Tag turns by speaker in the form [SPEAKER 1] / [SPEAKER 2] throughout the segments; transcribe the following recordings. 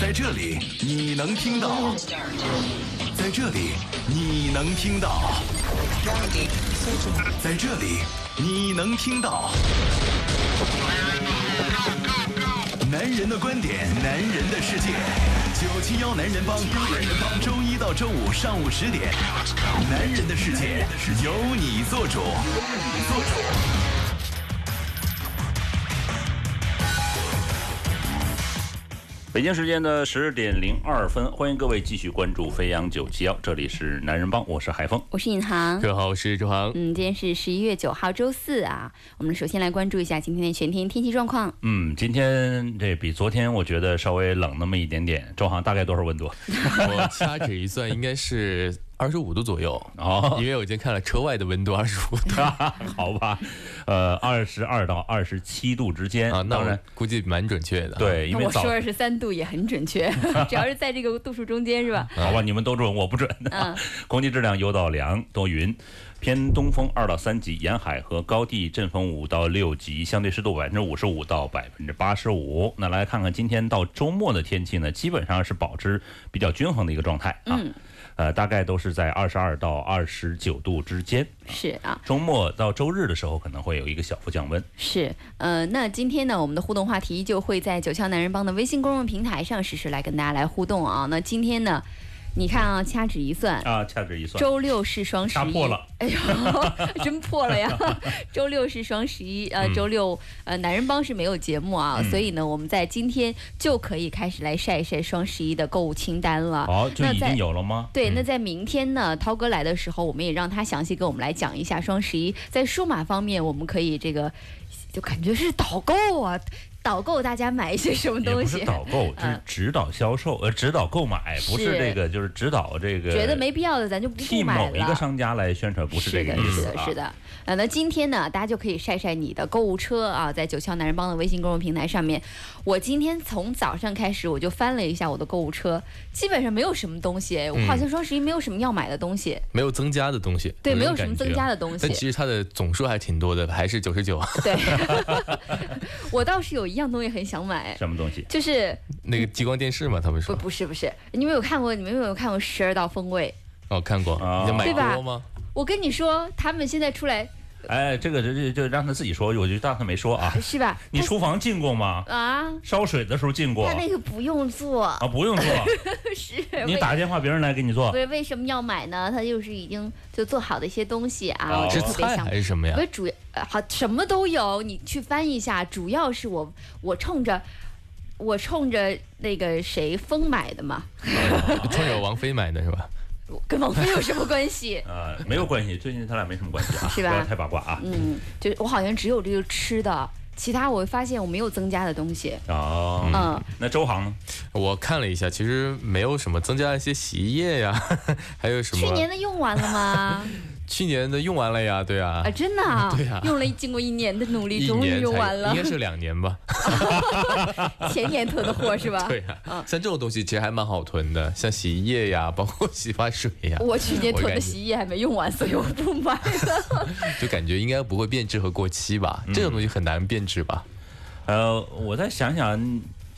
[SPEAKER 1] 在这里你能听到，在这里你能听到，在这里你能听到。男人的观点，男人的世界，九七幺男人帮，周一到周五上午十点，男人的世界由你做主，由你做主。
[SPEAKER 2] 北京时间的十点零二分，欢迎各位继续关注飞扬九七幺，这里是男人帮，我是海峰。
[SPEAKER 3] 我是尹航。
[SPEAKER 4] 各位好，我是周航。
[SPEAKER 3] 嗯，今天是十一月九号，周四啊。我们首先来关注一下今天的全天天气状况。
[SPEAKER 2] 嗯，今天这比昨天我觉得稍微冷那么一点点，周航大概多少温度？
[SPEAKER 4] 我掐指一算，应该是二十五度左右，
[SPEAKER 2] 哦，
[SPEAKER 4] 因为我已经看了车外的温度二十五 度
[SPEAKER 2] 好吧，呃，二十二到二十七度之间
[SPEAKER 4] 啊，那
[SPEAKER 2] 当
[SPEAKER 4] 我
[SPEAKER 2] 然，
[SPEAKER 4] 估计蛮准确的。，
[SPEAKER 2] 对，因
[SPEAKER 3] 那
[SPEAKER 2] 为
[SPEAKER 3] 我
[SPEAKER 2] 早
[SPEAKER 3] 说二十三度也很准 确，只要是在这个度数中间是吧？
[SPEAKER 2] 好吧，你们都准，我不准。
[SPEAKER 3] 嗯
[SPEAKER 2] 空气质量优到良，多云，偏东风二到三级，沿海和高地阵风五到六级，相对湿度百分之五十五到百分之八十五。那来看看今天到周末的天气呢，基本上是保持比较均衡的一个状态啊。
[SPEAKER 3] 嗯
[SPEAKER 2] 呃，大概都是在二十二到二十九度之间。
[SPEAKER 3] 是啊，
[SPEAKER 2] 周末到周日的时候，可能会有一个小幅降温。
[SPEAKER 3] 是。呃，那今天呢，我们的互动话题依旧会在九霄男人帮的微信公众平台上实时来跟大家来互动啊。那今天呢，你看啊，掐指一算，
[SPEAKER 2] 啊，掐指一算，
[SPEAKER 3] 周六是双十一，
[SPEAKER 2] 杀破了，
[SPEAKER 3] 哎呦， 真破了 呀！周六是双十一，呃，
[SPEAKER 2] 嗯
[SPEAKER 3] 周六呃，男人帮是没有节目啊，所以呢，我们在今天就可以开始来晒一晒双十一的购物清单了。
[SPEAKER 2] 好、嗯就
[SPEAKER 3] 那
[SPEAKER 2] 已
[SPEAKER 3] 在
[SPEAKER 2] 经有了吗？
[SPEAKER 3] 对，那在明天呢，涛哥来的时候，我们也让他详细给我们来讲一下双十一在数码方面，我们可以这个就感觉是导购啊，导购大家买一些 什么
[SPEAKER 2] 也
[SPEAKER 3] 东
[SPEAKER 2] 不
[SPEAKER 3] 西
[SPEAKER 2] 是，导购，就是
[SPEAKER 3] 嗯
[SPEAKER 2] 指导销售，呃，指导购买，不是
[SPEAKER 3] 是
[SPEAKER 2] 这个，就是指导这个。
[SPEAKER 3] 觉得没必要的咱就不
[SPEAKER 2] 替
[SPEAKER 3] 不买
[SPEAKER 2] 某
[SPEAKER 3] 了。
[SPEAKER 2] 一个商家来宣传，不是这个意
[SPEAKER 3] 是
[SPEAKER 2] 思
[SPEAKER 3] 的，
[SPEAKER 2] 啊。
[SPEAKER 3] 是的，是的。呃，那今天呢，大家就可以晒晒你的购物车啊，在九霄男人帮的微信公众平台上面。我今天从早上开始，我就翻了一下我的购物车，基本上没有什么东西，哎
[SPEAKER 2] 嗯
[SPEAKER 3] 我好像双十一没有什么要买的东西，
[SPEAKER 4] 没有增加的东西。
[SPEAKER 2] 嗯
[SPEAKER 3] 对，
[SPEAKER 4] 这
[SPEAKER 3] 没有
[SPEAKER 4] 种
[SPEAKER 3] 什么
[SPEAKER 4] 感觉
[SPEAKER 3] 增加。的东西
[SPEAKER 4] 但。其实它的总数还挺多的，还是九十九。
[SPEAKER 3] 对， 我倒是有一样东西很想买，
[SPEAKER 2] 什么东西？
[SPEAKER 3] 就是
[SPEAKER 4] 那个激光电视嘛，他
[SPEAKER 3] 不
[SPEAKER 4] 们说。
[SPEAKER 3] 不是不是，你们有看过你们有没有看过《十二道锋味
[SPEAKER 4] 哦，看过。
[SPEAKER 2] 啊
[SPEAKER 4] 你要买
[SPEAKER 3] 对吧
[SPEAKER 4] 多吗？》？
[SPEAKER 3] 我跟你说，他们现在出来
[SPEAKER 2] 哎，这个就就就让他自己说，我就当他没说啊。
[SPEAKER 3] 是吧？
[SPEAKER 2] 你厨房进过吗？
[SPEAKER 3] 他啊，
[SPEAKER 2] 烧水的时候进过
[SPEAKER 3] 他那个不用做，
[SPEAKER 2] 啊？不用做，
[SPEAKER 3] 是
[SPEAKER 2] 你
[SPEAKER 3] 为
[SPEAKER 2] 打电话别人来给你做
[SPEAKER 3] 不。是为什么要买呢？它就是已经就做好的一些东西啊，
[SPEAKER 2] 哦？
[SPEAKER 3] 我
[SPEAKER 4] 是
[SPEAKER 3] 就特别
[SPEAKER 4] 菜
[SPEAKER 3] 想
[SPEAKER 4] 还。是什么 呀
[SPEAKER 3] 不？是主呃好什么都有，你去翻一下。主要是我我冲着我冲着那个谁疯买的嘛，
[SPEAKER 4] 冲着王菲买的是吧？
[SPEAKER 3] 我跟王菲有什么关系
[SPEAKER 2] 呃，没有关系，最近他俩没什么关系啊，
[SPEAKER 3] 是
[SPEAKER 2] 不
[SPEAKER 3] 吧
[SPEAKER 2] 要太八卦啊。
[SPEAKER 3] 嗯，就是我好像只有这个吃的，其他我发现我没有增加的东西。
[SPEAKER 2] 哦，
[SPEAKER 3] 嗯，
[SPEAKER 2] 那周航呢？
[SPEAKER 4] 我看了一下，其实没有什么增加一些洗衣液呀， 还有什么？
[SPEAKER 3] 去年的用完了 吗？
[SPEAKER 4] 去年的用完了呀，对啊
[SPEAKER 3] 啊，，真的、啊，
[SPEAKER 4] 对啊
[SPEAKER 3] 用了经过一年的努力，
[SPEAKER 4] 一
[SPEAKER 3] 终于
[SPEAKER 4] 年
[SPEAKER 3] 用
[SPEAKER 4] 才
[SPEAKER 3] 完了
[SPEAKER 4] 应，该是两年吧。
[SPEAKER 3] 前年囤的货是吧？
[SPEAKER 4] 对呀、
[SPEAKER 3] 嗯
[SPEAKER 4] 像这种东西其实还蛮好囤的，像洗衣液呀， 包括洗发水呀，
[SPEAKER 3] 我去年
[SPEAKER 4] 我
[SPEAKER 3] 囤的
[SPEAKER 4] 感觉
[SPEAKER 3] 洗衣液还没用完，所以我不买了。
[SPEAKER 4] 就感觉应该不会变质和过期吧？
[SPEAKER 2] 嗯
[SPEAKER 4] 这种东西很难变质吧？
[SPEAKER 2] 呃，我再想想，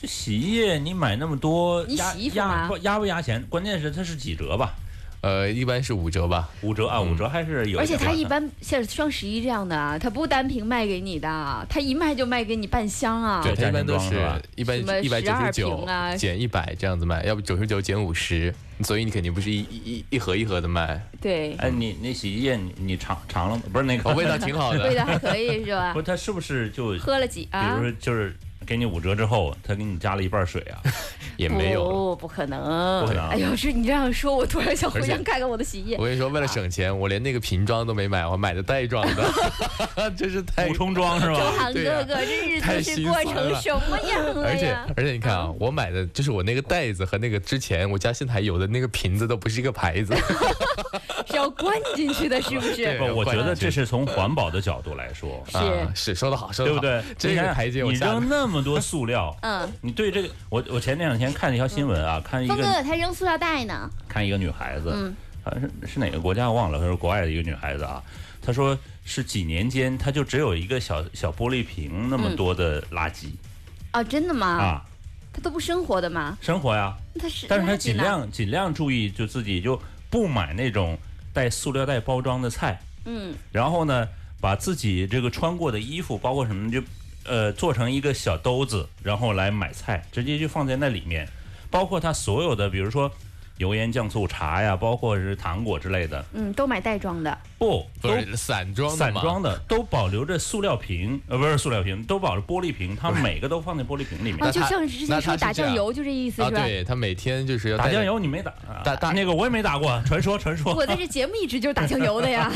[SPEAKER 2] 这洗衣液你买那么多，
[SPEAKER 3] 你
[SPEAKER 2] 压
[SPEAKER 3] 洗衣服
[SPEAKER 2] 压
[SPEAKER 3] 吗
[SPEAKER 2] 不压不压钱？关键是它是几折吧？
[SPEAKER 4] 呃，一般是五折吧。
[SPEAKER 2] 五折啊，五折还是有点划算。
[SPEAKER 3] 而且它一般像双十一这样的啊，它不单凭卖给你的，它一卖就卖给你半箱啊。
[SPEAKER 2] 对
[SPEAKER 4] 它一般都
[SPEAKER 2] 家庭装是吧
[SPEAKER 4] 是一般
[SPEAKER 3] 什么
[SPEAKER 4] 一百九十
[SPEAKER 3] 12
[SPEAKER 4] 九
[SPEAKER 3] 瓶啊
[SPEAKER 4] 减一百这样子卖，要不九十九减五十，所以你肯定不是一一一一盒一盒的卖，
[SPEAKER 3] 对，
[SPEAKER 2] 哎，你那洗衣液你你尝尝了吗？不是那个
[SPEAKER 4] 哦，味道挺好
[SPEAKER 3] 味
[SPEAKER 4] 的。
[SPEAKER 3] 道还可以是吧
[SPEAKER 2] 啊 不，？它是不是就比
[SPEAKER 3] 喝了几啊
[SPEAKER 2] 如？说就是给你五折之后，他给你加了一半水 啊？
[SPEAKER 4] 也没有。
[SPEAKER 3] 不，不可能，
[SPEAKER 2] 不可能
[SPEAKER 3] 哎呦，是你这样说，我突然想回
[SPEAKER 4] 而
[SPEAKER 3] 家
[SPEAKER 4] 且
[SPEAKER 3] 看看我的洗衣液
[SPEAKER 4] 我。跟你说，为了省钱，我连那个瓶装都没买，我买的袋装的， 真是太
[SPEAKER 2] 补充装是
[SPEAKER 3] 周
[SPEAKER 2] 吧？
[SPEAKER 3] 航
[SPEAKER 4] 对
[SPEAKER 3] 哥
[SPEAKER 4] 啊
[SPEAKER 3] 哥，这日
[SPEAKER 4] 太
[SPEAKER 3] 子是
[SPEAKER 4] 心
[SPEAKER 3] 过
[SPEAKER 4] 酸
[SPEAKER 3] 成
[SPEAKER 4] 了
[SPEAKER 3] 什么样了
[SPEAKER 4] 而且
[SPEAKER 3] 呀？嗯
[SPEAKER 4] 而且你看啊，我买的就是我那个袋子和那个之前我家现在还有的那个瓶子都不是一个牌子，
[SPEAKER 3] 是要灌进去 的，是不是
[SPEAKER 4] 对？啊
[SPEAKER 2] 不，我觉得
[SPEAKER 4] 关键
[SPEAKER 2] 这是从环保的角度来说，
[SPEAKER 3] 是
[SPEAKER 4] 啊、是说的好，说
[SPEAKER 2] 对
[SPEAKER 4] 的
[SPEAKER 2] 不
[SPEAKER 4] 好，
[SPEAKER 2] 对？
[SPEAKER 4] 这
[SPEAKER 2] 你看
[SPEAKER 4] 个台阶我
[SPEAKER 2] 你
[SPEAKER 4] 下
[SPEAKER 2] 扔
[SPEAKER 4] 的。
[SPEAKER 2] 那么多塑 料，
[SPEAKER 3] 嗯，
[SPEAKER 2] 你对这个，我我前两天看了一条新闻啊，看一
[SPEAKER 3] 峰哥
[SPEAKER 2] 个
[SPEAKER 3] 哥他扔塑料袋呢。
[SPEAKER 2] 看一个女孩子
[SPEAKER 3] 嗯，
[SPEAKER 2] 好像是是哪个国家我忘了，她是国外的一个女孩子啊，她说是几年间，她
[SPEAKER 3] 嗯
[SPEAKER 2] 就只有一个小小玻璃瓶那么多的垃圾
[SPEAKER 3] 哦，真的吗？
[SPEAKER 2] 啊。
[SPEAKER 3] 它都不生活的吗？
[SPEAKER 2] 生活呀。
[SPEAKER 3] 它是，
[SPEAKER 2] 但是
[SPEAKER 3] 那
[SPEAKER 2] 他
[SPEAKER 3] 它
[SPEAKER 2] 尽
[SPEAKER 3] 哪
[SPEAKER 2] 量尽量注意，就自己就不买那种带塑料袋包装的菜，
[SPEAKER 3] 嗯，
[SPEAKER 2] 然后呢，把自己这个穿过的衣服，包括什么，就呃做成一个小兜子，然后来买菜，直接就放在那里面，包括他所有的，比如说油盐酱醋茶呀，包括是糖果之类的，
[SPEAKER 3] 嗯，都买袋装的，
[SPEAKER 2] 不
[SPEAKER 4] 不
[SPEAKER 2] 都。
[SPEAKER 4] 是散装的
[SPEAKER 2] 散
[SPEAKER 4] 嘛
[SPEAKER 2] 装的都保留着塑料瓶，呃，不是塑料瓶，都保留玻璃瓶，它每个都放在玻璃瓶里面。
[SPEAKER 3] 啊，就
[SPEAKER 4] 它
[SPEAKER 3] 像之前说
[SPEAKER 4] 那它是
[SPEAKER 3] 打
[SPEAKER 4] 这
[SPEAKER 3] 酱
[SPEAKER 4] 样
[SPEAKER 3] 油就这意思
[SPEAKER 4] 啊，
[SPEAKER 3] 是吧？
[SPEAKER 4] 对他每天就是要
[SPEAKER 2] 打
[SPEAKER 4] 带着
[SPEAKER 2] 酱油你没打？啊
[SPEAKER 4] 打打
[SPEAKER 2] 那个我也没打过，传说传说。
[SPEAKER 3] 我在这节目一直就是打酱油的呀，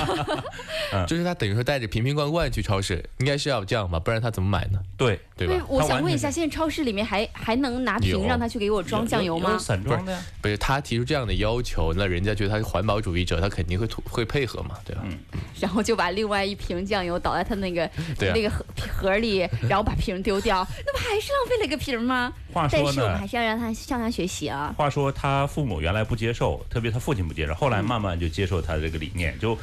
[SPEAKER 2] 嗯
[SPEAKER 4] 就是他等于说带着瓶瓶罐罐去超市，应该是要这样吧，不然他怎么买呢？
[SPEAKER 2] 对，
[SPEAKER 4] 对吧？
[SPEAKER 3] 我
[SPEAKER 2] 它
[SPEAKER 3] 想
[SPEAKER 2] 完
[SPEAKER 3] 问一
[SPEAKER 2] 全
[SPEAKER 3] 下，
[SPEAKER 2] 是
[SPEAKER 3] 现在超市里面还还能拿
[SPEAKER 4] 有
[SPEAKER 3] 瓶让他去给我装酱油吗？
[SPEAKER 2] 散
[SPEAKER 4] 不是
[SPEAKER 2] 装的呀。
[SPEAKER 4] 不是他提出这样的要求，那人家觉得他是环保主义者，他肯定会吐会配合嘛，对吧？
[SPEAKER 2] 嗯
[SPEAKER 3] 然后就把另外一瓶酱油倒在他 那个、
[SPEAKER 4] 对啊
[SPEAKER 3] 那个盒盒里，然后把瓶丢掉，那不还是浪费了一个瓶吗？
[SPEAKER 2] 话
[SPEAKER 3] 但
[SPEAKER 2] 说
[SPEAKER 3] 是我们
[SPEAKER 2] 呢
[SPEAKER 3] 还，是要让他向他学习啊。
[SPEAKER 2] 话说他父母原来不接受，特别他父亲不接受，
[SPEAKER 3] 嗯
[SPEAKER 2] 后来慢慢就接受他这个理念，就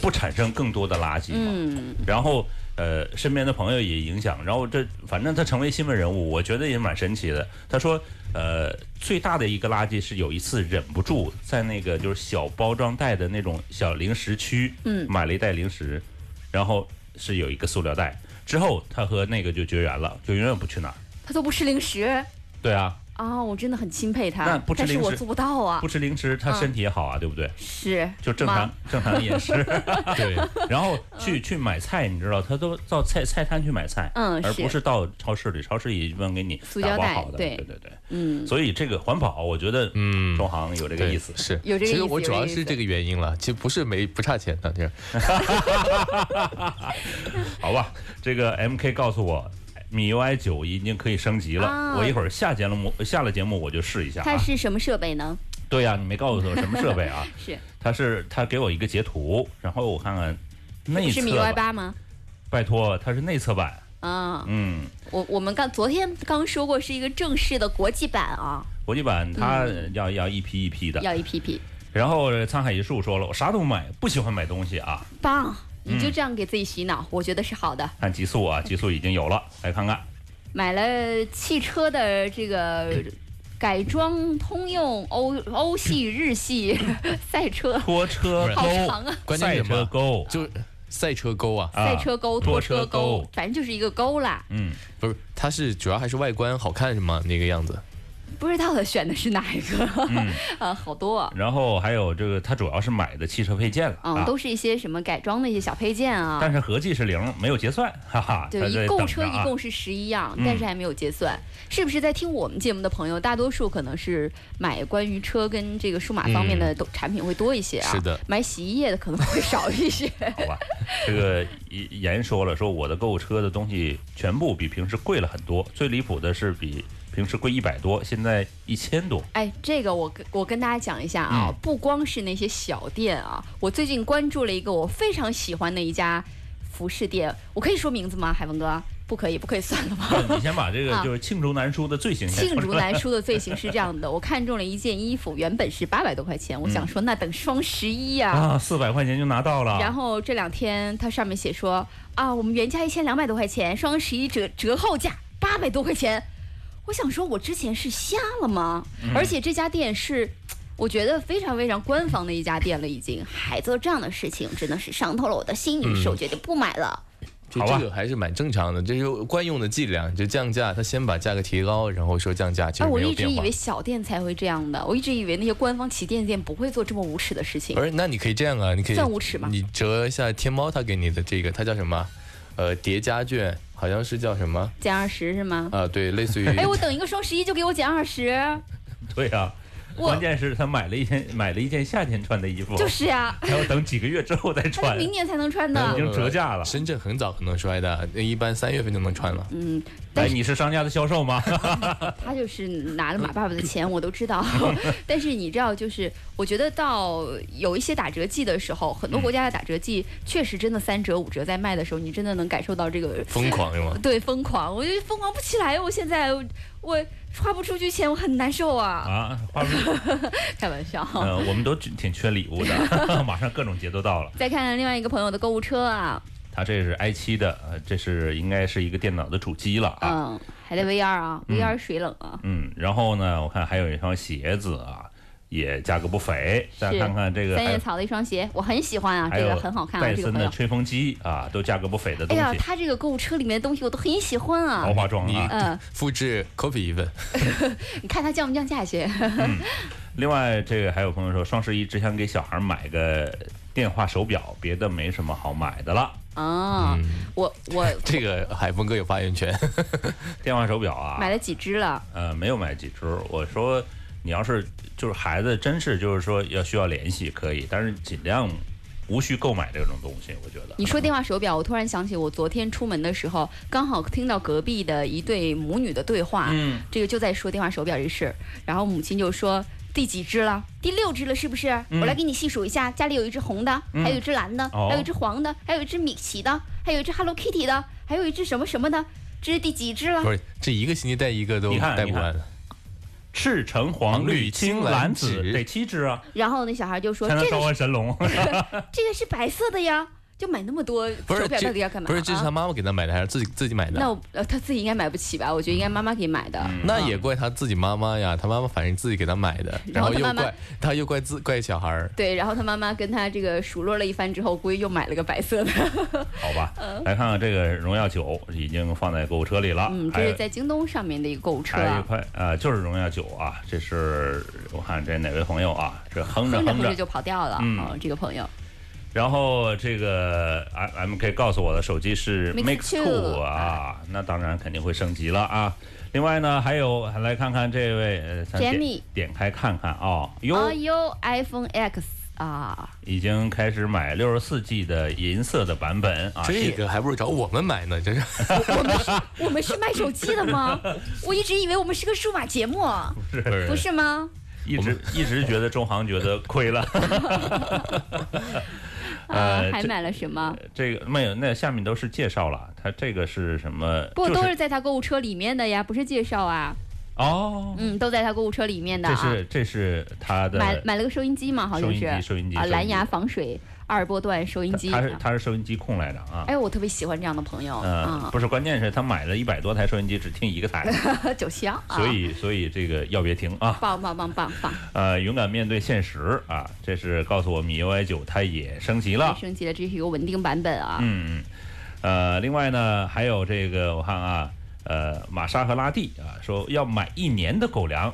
[SPEAKER 2] 不产生更多的垃圾嘛。
[SPEAKER 3] 嗯，
[SPEAKER 2] 然后呃，身边的朋友也影响，然后这反正他成为新闻人物，我觉得也蛮神奇的。他说，呃，最大的一个垃圾是有一次忍不住在那个就是小包装袋的那种小零食区，
[SPEAKER 3] 嗯
[SPEAKER 2] 买了一袋零食，然后是有一个塑料袋，之后他和那个就绝缘了，就永远不去那儿。
[SPEAKER 3] 他都不吃零食
[SPEAKER 2] 对啊，
[SPEAKER 3] 啊、我真的很钦佩他。
[SPEAKER 2] 那不吃
[SPEAKER 3] 但是
[SPEAKER 2] 零食
[SPEAKER 3] 我做不到啊
[SPEAKER 2] 不。吃零食，他
[SPEAKER 3] 嗯
[SPEAKER 2] 身体也好啊，对不对？
[SPEAKER 3] 是，
[SPEAKER 2] 就正常正常饮 食，
[SPEAKER 4] 对，
[SPEAKER 2] 然后去去买菜，你知道，他都到菜菜摊去买菜，
[SPEAKER 3] 嗯
[SPEAKER 2] 而
[SPEAKER 3] 是
[SPEAKER 2] 不是到超市里，超市里一般给你
[SPEAKER 3] 塑
[SPEAKER 2] 打
[SPEAKER 3] 胶
[SPEAKER 2] 包
[SPEAKER 3] 袋
[SPEAKER 2] 好的，
[SPEAKER 3] 对
[SPEAKER 2] 对对对。
[SPEAKER 3] 嗯，
[SPEAKER 2] 所以这个环保，我觉得
[SPEAKER 4] 嗯
[SPEAKER 2] 中行有这个
[SPEAKER 4] 对
[SPEAKER 2] 意思。
[SPEAKER 4] 是
[SPEAKER 3] 有这个
[SPEAKER 4] 其
[SPEAKER 3] 意
[SPEAKER 4] 实
[SPEAKER 3] 思
[SPEAKER 4] 我主
[SPEAKER 3] 有这
[SPEAKER 4] 要
[SPEAKER 3] 个意
[SPEAKER 4] 是
[SPEAKER 3] 思
[SPEAKER 4] 这个原因了，其实不是没不差钱的，这样
[SPEAKER 2] 好吧，这个 M K 告诉我。米 U I 九已经可以升级了，
[SPEAKER 3] 啊
[SPEAKER 2] 我一会儿下节目下了节目我就试一下
[SPEAKER 3] 他
[SPEAKER 2] 啊。
[SPEAKER 3] 是什么设备呢？
[SPEAKER 2] 对呀、你没告诉我什么设备啊？
[SPEAKER 3] 是
[SPEAKER 2] 他是他给我一个截图，然后我看看内
[SPEAKER 3] 是
[SPEAKER 2] 测
[SPEAKER 3] 米 UI
[SPEAKER 2] 版，
[SPEAKER 3] 八吗？
[SPEAKER 2] 拜托，它是内测版，
[SPEAKER 3] 啊、
[SPEAKER 2] 嗯，
[SPEAKER 3] 我我们刚昨天刚说过是一个正式的国际版啊，
[SPEAKER 2] 国际版它要、要一批一批的。
[SPEAKER 3] 嗯要一批批，
[SPEAKER 2] 然后呃沧海一粟说了，我啥都不买，不喜欢买东西啊。
[SPEAKER 3] 棒！你就这样给自己洗脑，
[SPEAKER 2] 嗯
[SPEAKER 3] 我觉得是好的。
[SPEAKER 2] 看极 速啊，极速已经有了，来看看。
[SPEAKER 3] 买了汽车的这个改装通用欧欧系、日系 赛车，
[SPEAKER 2] 拖车
[SPEAKER 3] 好
[SPEAKER 2] 钩，
[SPEAKER 3] 长啊！
[SPEAKER 4] 关键
[SPEAKER 2] 赛
[SPEAKER 4] 是什
[SPEAKER 2] 车
[SPEAKER 4] 么？
[SPEAKER 2] 钩，
[SPEAKER 4] 就是赛车钩啊，
[SPEAKER 2] 啊
[SPEAKER 3] 赛车钩、
[SPEAKER 2] 拖
[SPEAKER 3] 拖
[SPEAKER 2] 车
[SPEAKER 3] 车
[SPEAKER 2] 钩
[SPEAKER 3] 钩，反正就是一个钩啦。
[SPEAKER 2] 嗯，
[SPEAKER 4] 不是，它是主要还是外观好看是吗？那个样子，
[SPEAKER 3] 不知道他选的是哪一个，
[SPEAKER 2] 嗯
[SPEAKER 3] 呃，好多，
[SPEAKER 2] 然后还有这个，它主要是买的汽车配件了
[SPEAKER 3] 嗯，
[SPEAKER 2] 啊，
[SPEAKER 3] 都是一些什么改装的一些小配件啊。
[SPEAKER 2] 但是合计是零，没有结算， 哈哈。
[SPEAKER 3] 对，
[SPEAKER 2] 它在
[SPEAKER 3] 一购
[SPEAKER 2] 等
[SPEAKER 3] 车
[SPEAKER 2] 着
[SPEAKER 3] 一
[SPEAKER 2] 啊
[SPEAKER 3] 共是十一样
[SPEAKER 2] 嗯，
[SPEAKER 3] 但是还没有结算。是不是在听我们节目的朋友，大多数可能是买关于车跟这个数码方面
[SPEAKER 2] 嗯
[SPEAKER 3] 的都产品会多一些啊？
[SPEAKER 4] 是的，
[SPEAKER 3] 买洗衣液的可能会少一些。
[SPEAKER 2] 好吧， 这个严说了，说我的购物车的东西全部比平时贵了很多，最离谱的是比平时贵一百多，现在一千多。
[SPEAKER 3] 哎，这个我跟我跟大家讲一下啊，
[SPEAKER 2] 嗯
[SPEAKER 3] 不光是那些小店啊，我最近关注了一个我非常喜欢的一家服饰店，我可以说名字吗？海文哥，不可以，不可以算了吧。
[SPEAKER 2] 你先把这个
[SPEAKER 3] 啊
[SPEAKER 2] 就是罄竹难书的罪行先
[SPEAKER 3] 罄
[SPEAKER 2] 说出
[SPEAKER 3] 竹
[SPEAKER 2] 来。
[SPEAKER 3] 难书的罪行是这样的，我看中了一件衣服，原本是八百多块钱，我想说那等双十一啊。
[SPEAKER 2] 嗯啊，四百块钱就拿到
[SPEAKER 4] 啊
[SPEAKER 2] 了。
[SPEAKER 3] 然后这两天它上面写说啊，我们原价一千两百多块钱，双十一折折后价八百多块钱。我想说，我之前是瞎了吗？
[SPEAKER 4] 嗯
[SPEAKER 3] 而且这家店是。我觉得非常非常官方的一家店了，已经还做这样的事情，真的是伤透了我的心
[SPEAKER 4] 嗯
[SPEAKER 3] 于是我决定不买了。
[SPEAKER 4] 就
[SPEAKER 2] 好吧
[SPEAKER 4] 这个还是蛮正常的，这是惯用的伎俩，就降价，他先把价格提高，然后说降价，其
[SPEAKER 3] 哎，
[SPEAKER 4] 实
[SPEAKER 3] 我
[SPEAKER 4] 没有
[SPEAKER 3] 一直
[SPEAKER 4] 变
[SPEAKER 3] 以
[SPEAKER 4] 化
[SPEAKER 3] 为。小店才会这样的，我一直以为那些官方旗舰店不会做这么无耻的事情
[SPEAKER 4] 不。是，那你可以这样啊，你可以
[SPEAKER 3] 算无耻吗
[SPEAKER 4] 你折一下天猫他给你的这个，它叫什么啊？呃，叠加券好像是叫什么
[SPEAKER 3] 减二十是吗？
[SPEAKER 4] 啊？对，类似于
[SPEAKER 3] 哎，我等一个双十一就给我减二十，
[SPEAKER 2] 对呀、
[SPEAKER 3] 我
[SPEAKER 2] 关键是他买了一件买了一件夏天穿的衣服，
[SPEAKER 3] 就是呀、
[SPEAKER 2] 还要等几个月之后再
[SPEAKER 3] 它
[SPEAKER 2] 穿
[SPEAKER 3] 是。明年才能 穿
[SPEAKER 2] 已
[SPEAKER 3] 的。
[SPEAKER 2] 经折价了
[SPEAKER 4] 深圳很早可能摔的，那一般三月份就能穿了。
[SPEAKER 3] 嗯，
[SPEAKER 2] 哎，
[SPEAKER 3] 但是
[SPEAKER 2] 你是商家的销售 吗？
[SPEAKER 3] 他就是 拿了马爸爸的钱，我都知道。 但是你知道，就是我觉得到有一些打折季的时候，
[SPEAKER 2] 嗯
[SPEAKER 3] 很多国家的打折季确实真的三折五折在卖的时候，你真的能感受到这个
[SPEAKER 4] 疯狂是吗？
[SPEAKER 3] 对疯狂，我就疯狂不起来。我现在我我花不出去钱，我很难受啊。
[SPEAKER 2] 啊，花不，
[SPEAKER 3] 开玩笑。
[SPEAKER 2] 呃， 我们都挺缺礼物的，马上各种节都到了。
[SPEAKER 3] 再看另外一个朋友的购物车啊，
[SPEAKER 2] 它这是 i 7的，呃，这是应该是一个电脑的主机了啊。
[SPEAKER 3] 嗯，还得 VR 啊，VR 水冷啊，
[SPEAKER 2] 嗯，然后呢，我看还有一双鞋子啊，也价格不菲。再
[SPEAKER 3] 是
[SPEAKER 2] 看看这个
[SPEAKER 3] 三叶
[SPEAKER 2] 还，
[SPEAKER 3] 草的一双鞋，我很喜欢啊，
[SPEAKER 2] 还
[SPEAKER 3] 这
[SPEAKER 2] 有
[SPEAKER 3] 个很好看啊，
[SPEAKER 2] 戴
[SPEAKER 3] 这个
[SPEAKER 2] 森
[SPEAKER 3] 朋
[SPEAKER 2] 的
[SPEAKER 3] 友。
[SPEAKER 2] 吹风机啊，都价格不菲的
[SPEAKER 3] 哎
[SPEAKER 2] 东
[SPEAKER 3] 呀，
[SPEAKER 2] 西，
[SPEAKER 3] 他这个购物车里面的东西我都很喜欢啊
[SPEAKER 2] 豪。华装
[SPEAKER 4] 你
[SPEAKER 2] 啊。
[SPEAKER 3] 嗯，
[SPEAKER 4] 复制 copy 一份，
[SPEAKER 3] 你看他降不降价去？
[SPEAKER 2] 另外，这个还有朋友说，双十一只想给小孩买个电话手表，别的没什么好买的了。
[SPEAKER 3] 啊，我我
[SPEAKER 4] 嗯 这个海峰哥有发言
[SPEAKER 3] 啊
[SPEAKER 4] 权。
[SPEAKER 2] 电话手表啊，
[SPEAKER 3] 买了几只了，
[SPEAKER 2] 呃，没有买几只。我说，你要是就是孩子，真是就是说要需要联系可以，但是尽量无需购买这种东西。我觉得，
[SPEAKER 3] 你说电话手表，我突然想起我昨天出门的时候，刚好听到隔壁的一对母女的对话，
[SPEAKER 2] 嗯，
[SPEAKER 3] 这个就在说电话手表这事儿，然后母亲就说。第几只了？第六只了，是不是？我
[SPEAKER 4] 嗯
[SPEAKER 3] 来给你细数一下，家里有一只红的，还有一只蓝的，
[SPEAKER 2] 哦
[SPEAKER 3] 还有一只黄的，还有一只米奇的，还有一只 Hello Kitty 的，还有一只什么什么的，这是第几只了？
[SPEAKER 4] 不是，这一个星期带一个都
[SPEAKER 2] 你看
[SPEAKER 4] 带不
[SPEAKER 2] 你看
[SPEAKER 4] 完。
[SPEAKER 2] 赤橙黄绿
[SPEAKER 4] 绿
[SPEAKER 2] 青
[SPEAKER 4] 青
[SPEAKER 2] 蓝
[SPEAKER 4] 蓝
[SPEAKER 2] 紫
[SPEAKER 4] 紫
[SPEAKER 2] 得七只啊，
[SPEAKER 3] 然后那小孩就说：“
[SPEAKER 2] 才
[SPEAKER 3] 这
[SPEAKER 2] 能
[SPEAKER 3] 个
[SPEAKER 2] 召
[SPEAKER 3] 是
[SPEAKER 2] 唤神龙。
[SPEAKER 3] 这个是白色的呀，就买那么多
[SPEAKER 4] 不
[SPEAKER 3] 手
[SPEAKER 4] 是
[SPEAKER 3] 表到
[SPEAKER 4] 这
[SPEAKER 3] 底要干嘛、啊？”
[SPEAKER 4] 不是，这是他妈妈给他买的，还是自己自己买的？
[SPEAKER 3] 那我呃他自己应该买不起吧？我觉得应该妈妈给买的。
[SPEAKER 2] 嗯
[SPEAKER 3] 嗯
[SPEAKER 4] 那也怪他自己妈妈呀，他妈妈反正自己给他买 的，
[SPEAKER 3] 然
[SPEAKER 4] 然
[SPEAKER 3] 后
[SPEAKER 4] 后
[SPEAKER 3] 他
[SPEAKER 4] 又
[SPEAKER 3] 妈妈
[SPEAKER 4] 怪他又怪自怪小孩儿。
[SPEAKER 3] 对，然后他妈妈跟他这个数落了一番之后，估计又买了个白色的。
[SPEAKER 2] 好吧，
[SPEAKER 3] 嗯
[SPEAKER 2] 来看看这个荣耀九已经放在购物车里了，
[SPEAKER 3] 嗯，这
[SPEAKER 2] 还
[SPEAKER 3] 是
[SPEAKER 2] 有
[SPEAKER 3] 在京东上面的一个购物车
[SPEAKER 2] 还有一
[SPEAKER 3] 啊，
[SPEAKER 2] 块啊，就是荣耀九啊，这是我看这哪位朋友啊，这哼着
[SPEAKER 3] 哼着
[SPEAKER 2] 哼
[SPEAKER 3] 哼着
[SPEAKER 2] 着，
[SPEAKER 3] 就跑掉了。
[SPEAKER 2] 嗯
[SPEAKER 3] 哦，这个朋友，
[SPEAKER 2] 然后这个 M M K 告诉我的手机是
[SPEAKER 3] Mix
[SPEAKER 2] Mix
[SPEAKER 3] Two
[SPEAKER 2] Two 啊，那当然肯定会升级了啊。另外呢，还有来看看这位呃咱点
[SPEAKER 3] Jamie
[SPEAKER 2] 点开看看啊、哟
[SPEAKER 3] 哎，呦，iPhone X 啊，
[SPEAKER 2] 已经开始买六十四 G 的银色的版本啊，
[SPEAKER 4] 这个还不如找哎哦我们买呢，真是。
[SPEAKER 3] 我 们是我们是卖手机的吗？我一直以为我们是个数码节目，不是吗？
[SPEAKER 2] 一直一直觉得中行觉得亏了。
[SPEAKER 3] 啊，
[SPEAKER 2] 呃
[SPEAKER 3] 还
[SPEAKER 2] 这
[SPEAKER 3] 买了什么？
[SPEAKER 2] 这个没有，那下面都是介绍了，它这个是什么？
[SPEAKER 3] 不，
[SPEAKER 2] 就
[SPEAKER 3] 都
[SPEAKER 2] 是
[SPEAKER 3] 是在他购物车里面的呀，不是介绍啊，
[SPEAKER 2] 哦，
[SPEAKER 3] 嗯，都在他购物车里面的
[SPEAKER 2] 这
[SPEAKER 3] 啊。
[SPEAKER 2] 是这是它的
[SPEAKER 3] 买买了个收音机嘛，好像是
[SPEAKER 2] 收音机收音机
[SPEAKER 3] 啊，
[SPEAKER 2] 收音机
[SPEAKER 3] 蓝牙防水二波段收音机。
[SPEAKER 2] 它是
[SPEAKER 3] 啊
[SPEAKER 2] 它是收音机控来着啊。
[SPEAKER 3] 哎，我特别喜欢这样的朋友
[SPEAKER 2] 嗯，
[SPEAKER 3] 啊，
[SPEAKER 2] 不是，关键是他买了一百多台收音机，只听一个台，
[SPEAKER 3] 九香 啊，
[SPEAKER 2] 所以所以这个要别停啊。
[SPEAKER 3] 棒棒棒棒棒，
[SPEAKER 2] 呃，勇敢面对现实啊，这是告诉我们 MIUI 九它也升级
[SPEAKER 3] 这
[SPEAKER 2] 了。
[SPEAKER 3] 升级了，这是一个稳定版本啊。
[SPEAKER 2] 嗯，呃，另外呢，还有这个我看啊，呃，玛莎和拉蒂啊，说要买一年的狗粮，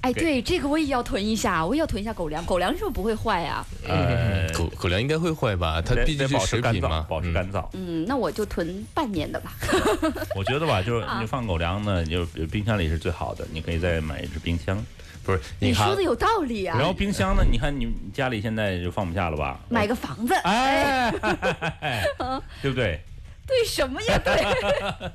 [SPEAKER 3] 哎，
[SPEAKER 2] 对
[SPEAKER 3] 对，这个我也要囤一下，我也要囤一下狗粮，狗粮是不是不会坏啊呀？
[SPEAKER 2] 呃，
[SPEAKER 4] 狗狗哎粮应该会坏吧？嗯它
[SPEAKER 2] 得
[SPEAKER 4] 毕竟
[SPEAKER 2] 得
[SPEAKER 4] 是
[SPEAKER 2] 保持
[SPEAKER 4] 食
[SPEAKER 2] 干
[SPEAKER 4] 品嘛
[SPEAKER 2] 燥，，保持
[SPEAKER 4] 嗯
[SPEAKER 2] 干燥。
[SPEAKER 3] 嗯，那我就囤半年的吧。
[SPEAKER 2] 我觉得吧， 就是
[SPEAKER 3] 啊
[SPEAKER 2] 你放狗粮呢，就冰箱里是最好的，你可以再买一只冰箱。
[SPEAKER 4] 不是？
[SPEAKER 3] 你
[SPEAKER 4] 看
[SPEAKER 3] 说的有道理啊
[SPEAKER 2] 然，后冰箱呢，你看你你家里现在就放不下了吧？
[SPEAKER 3] 买个房子，
[SPEAKER 2] 哎， 对不对？
[SPEAKER 3] 对什么 呀？对，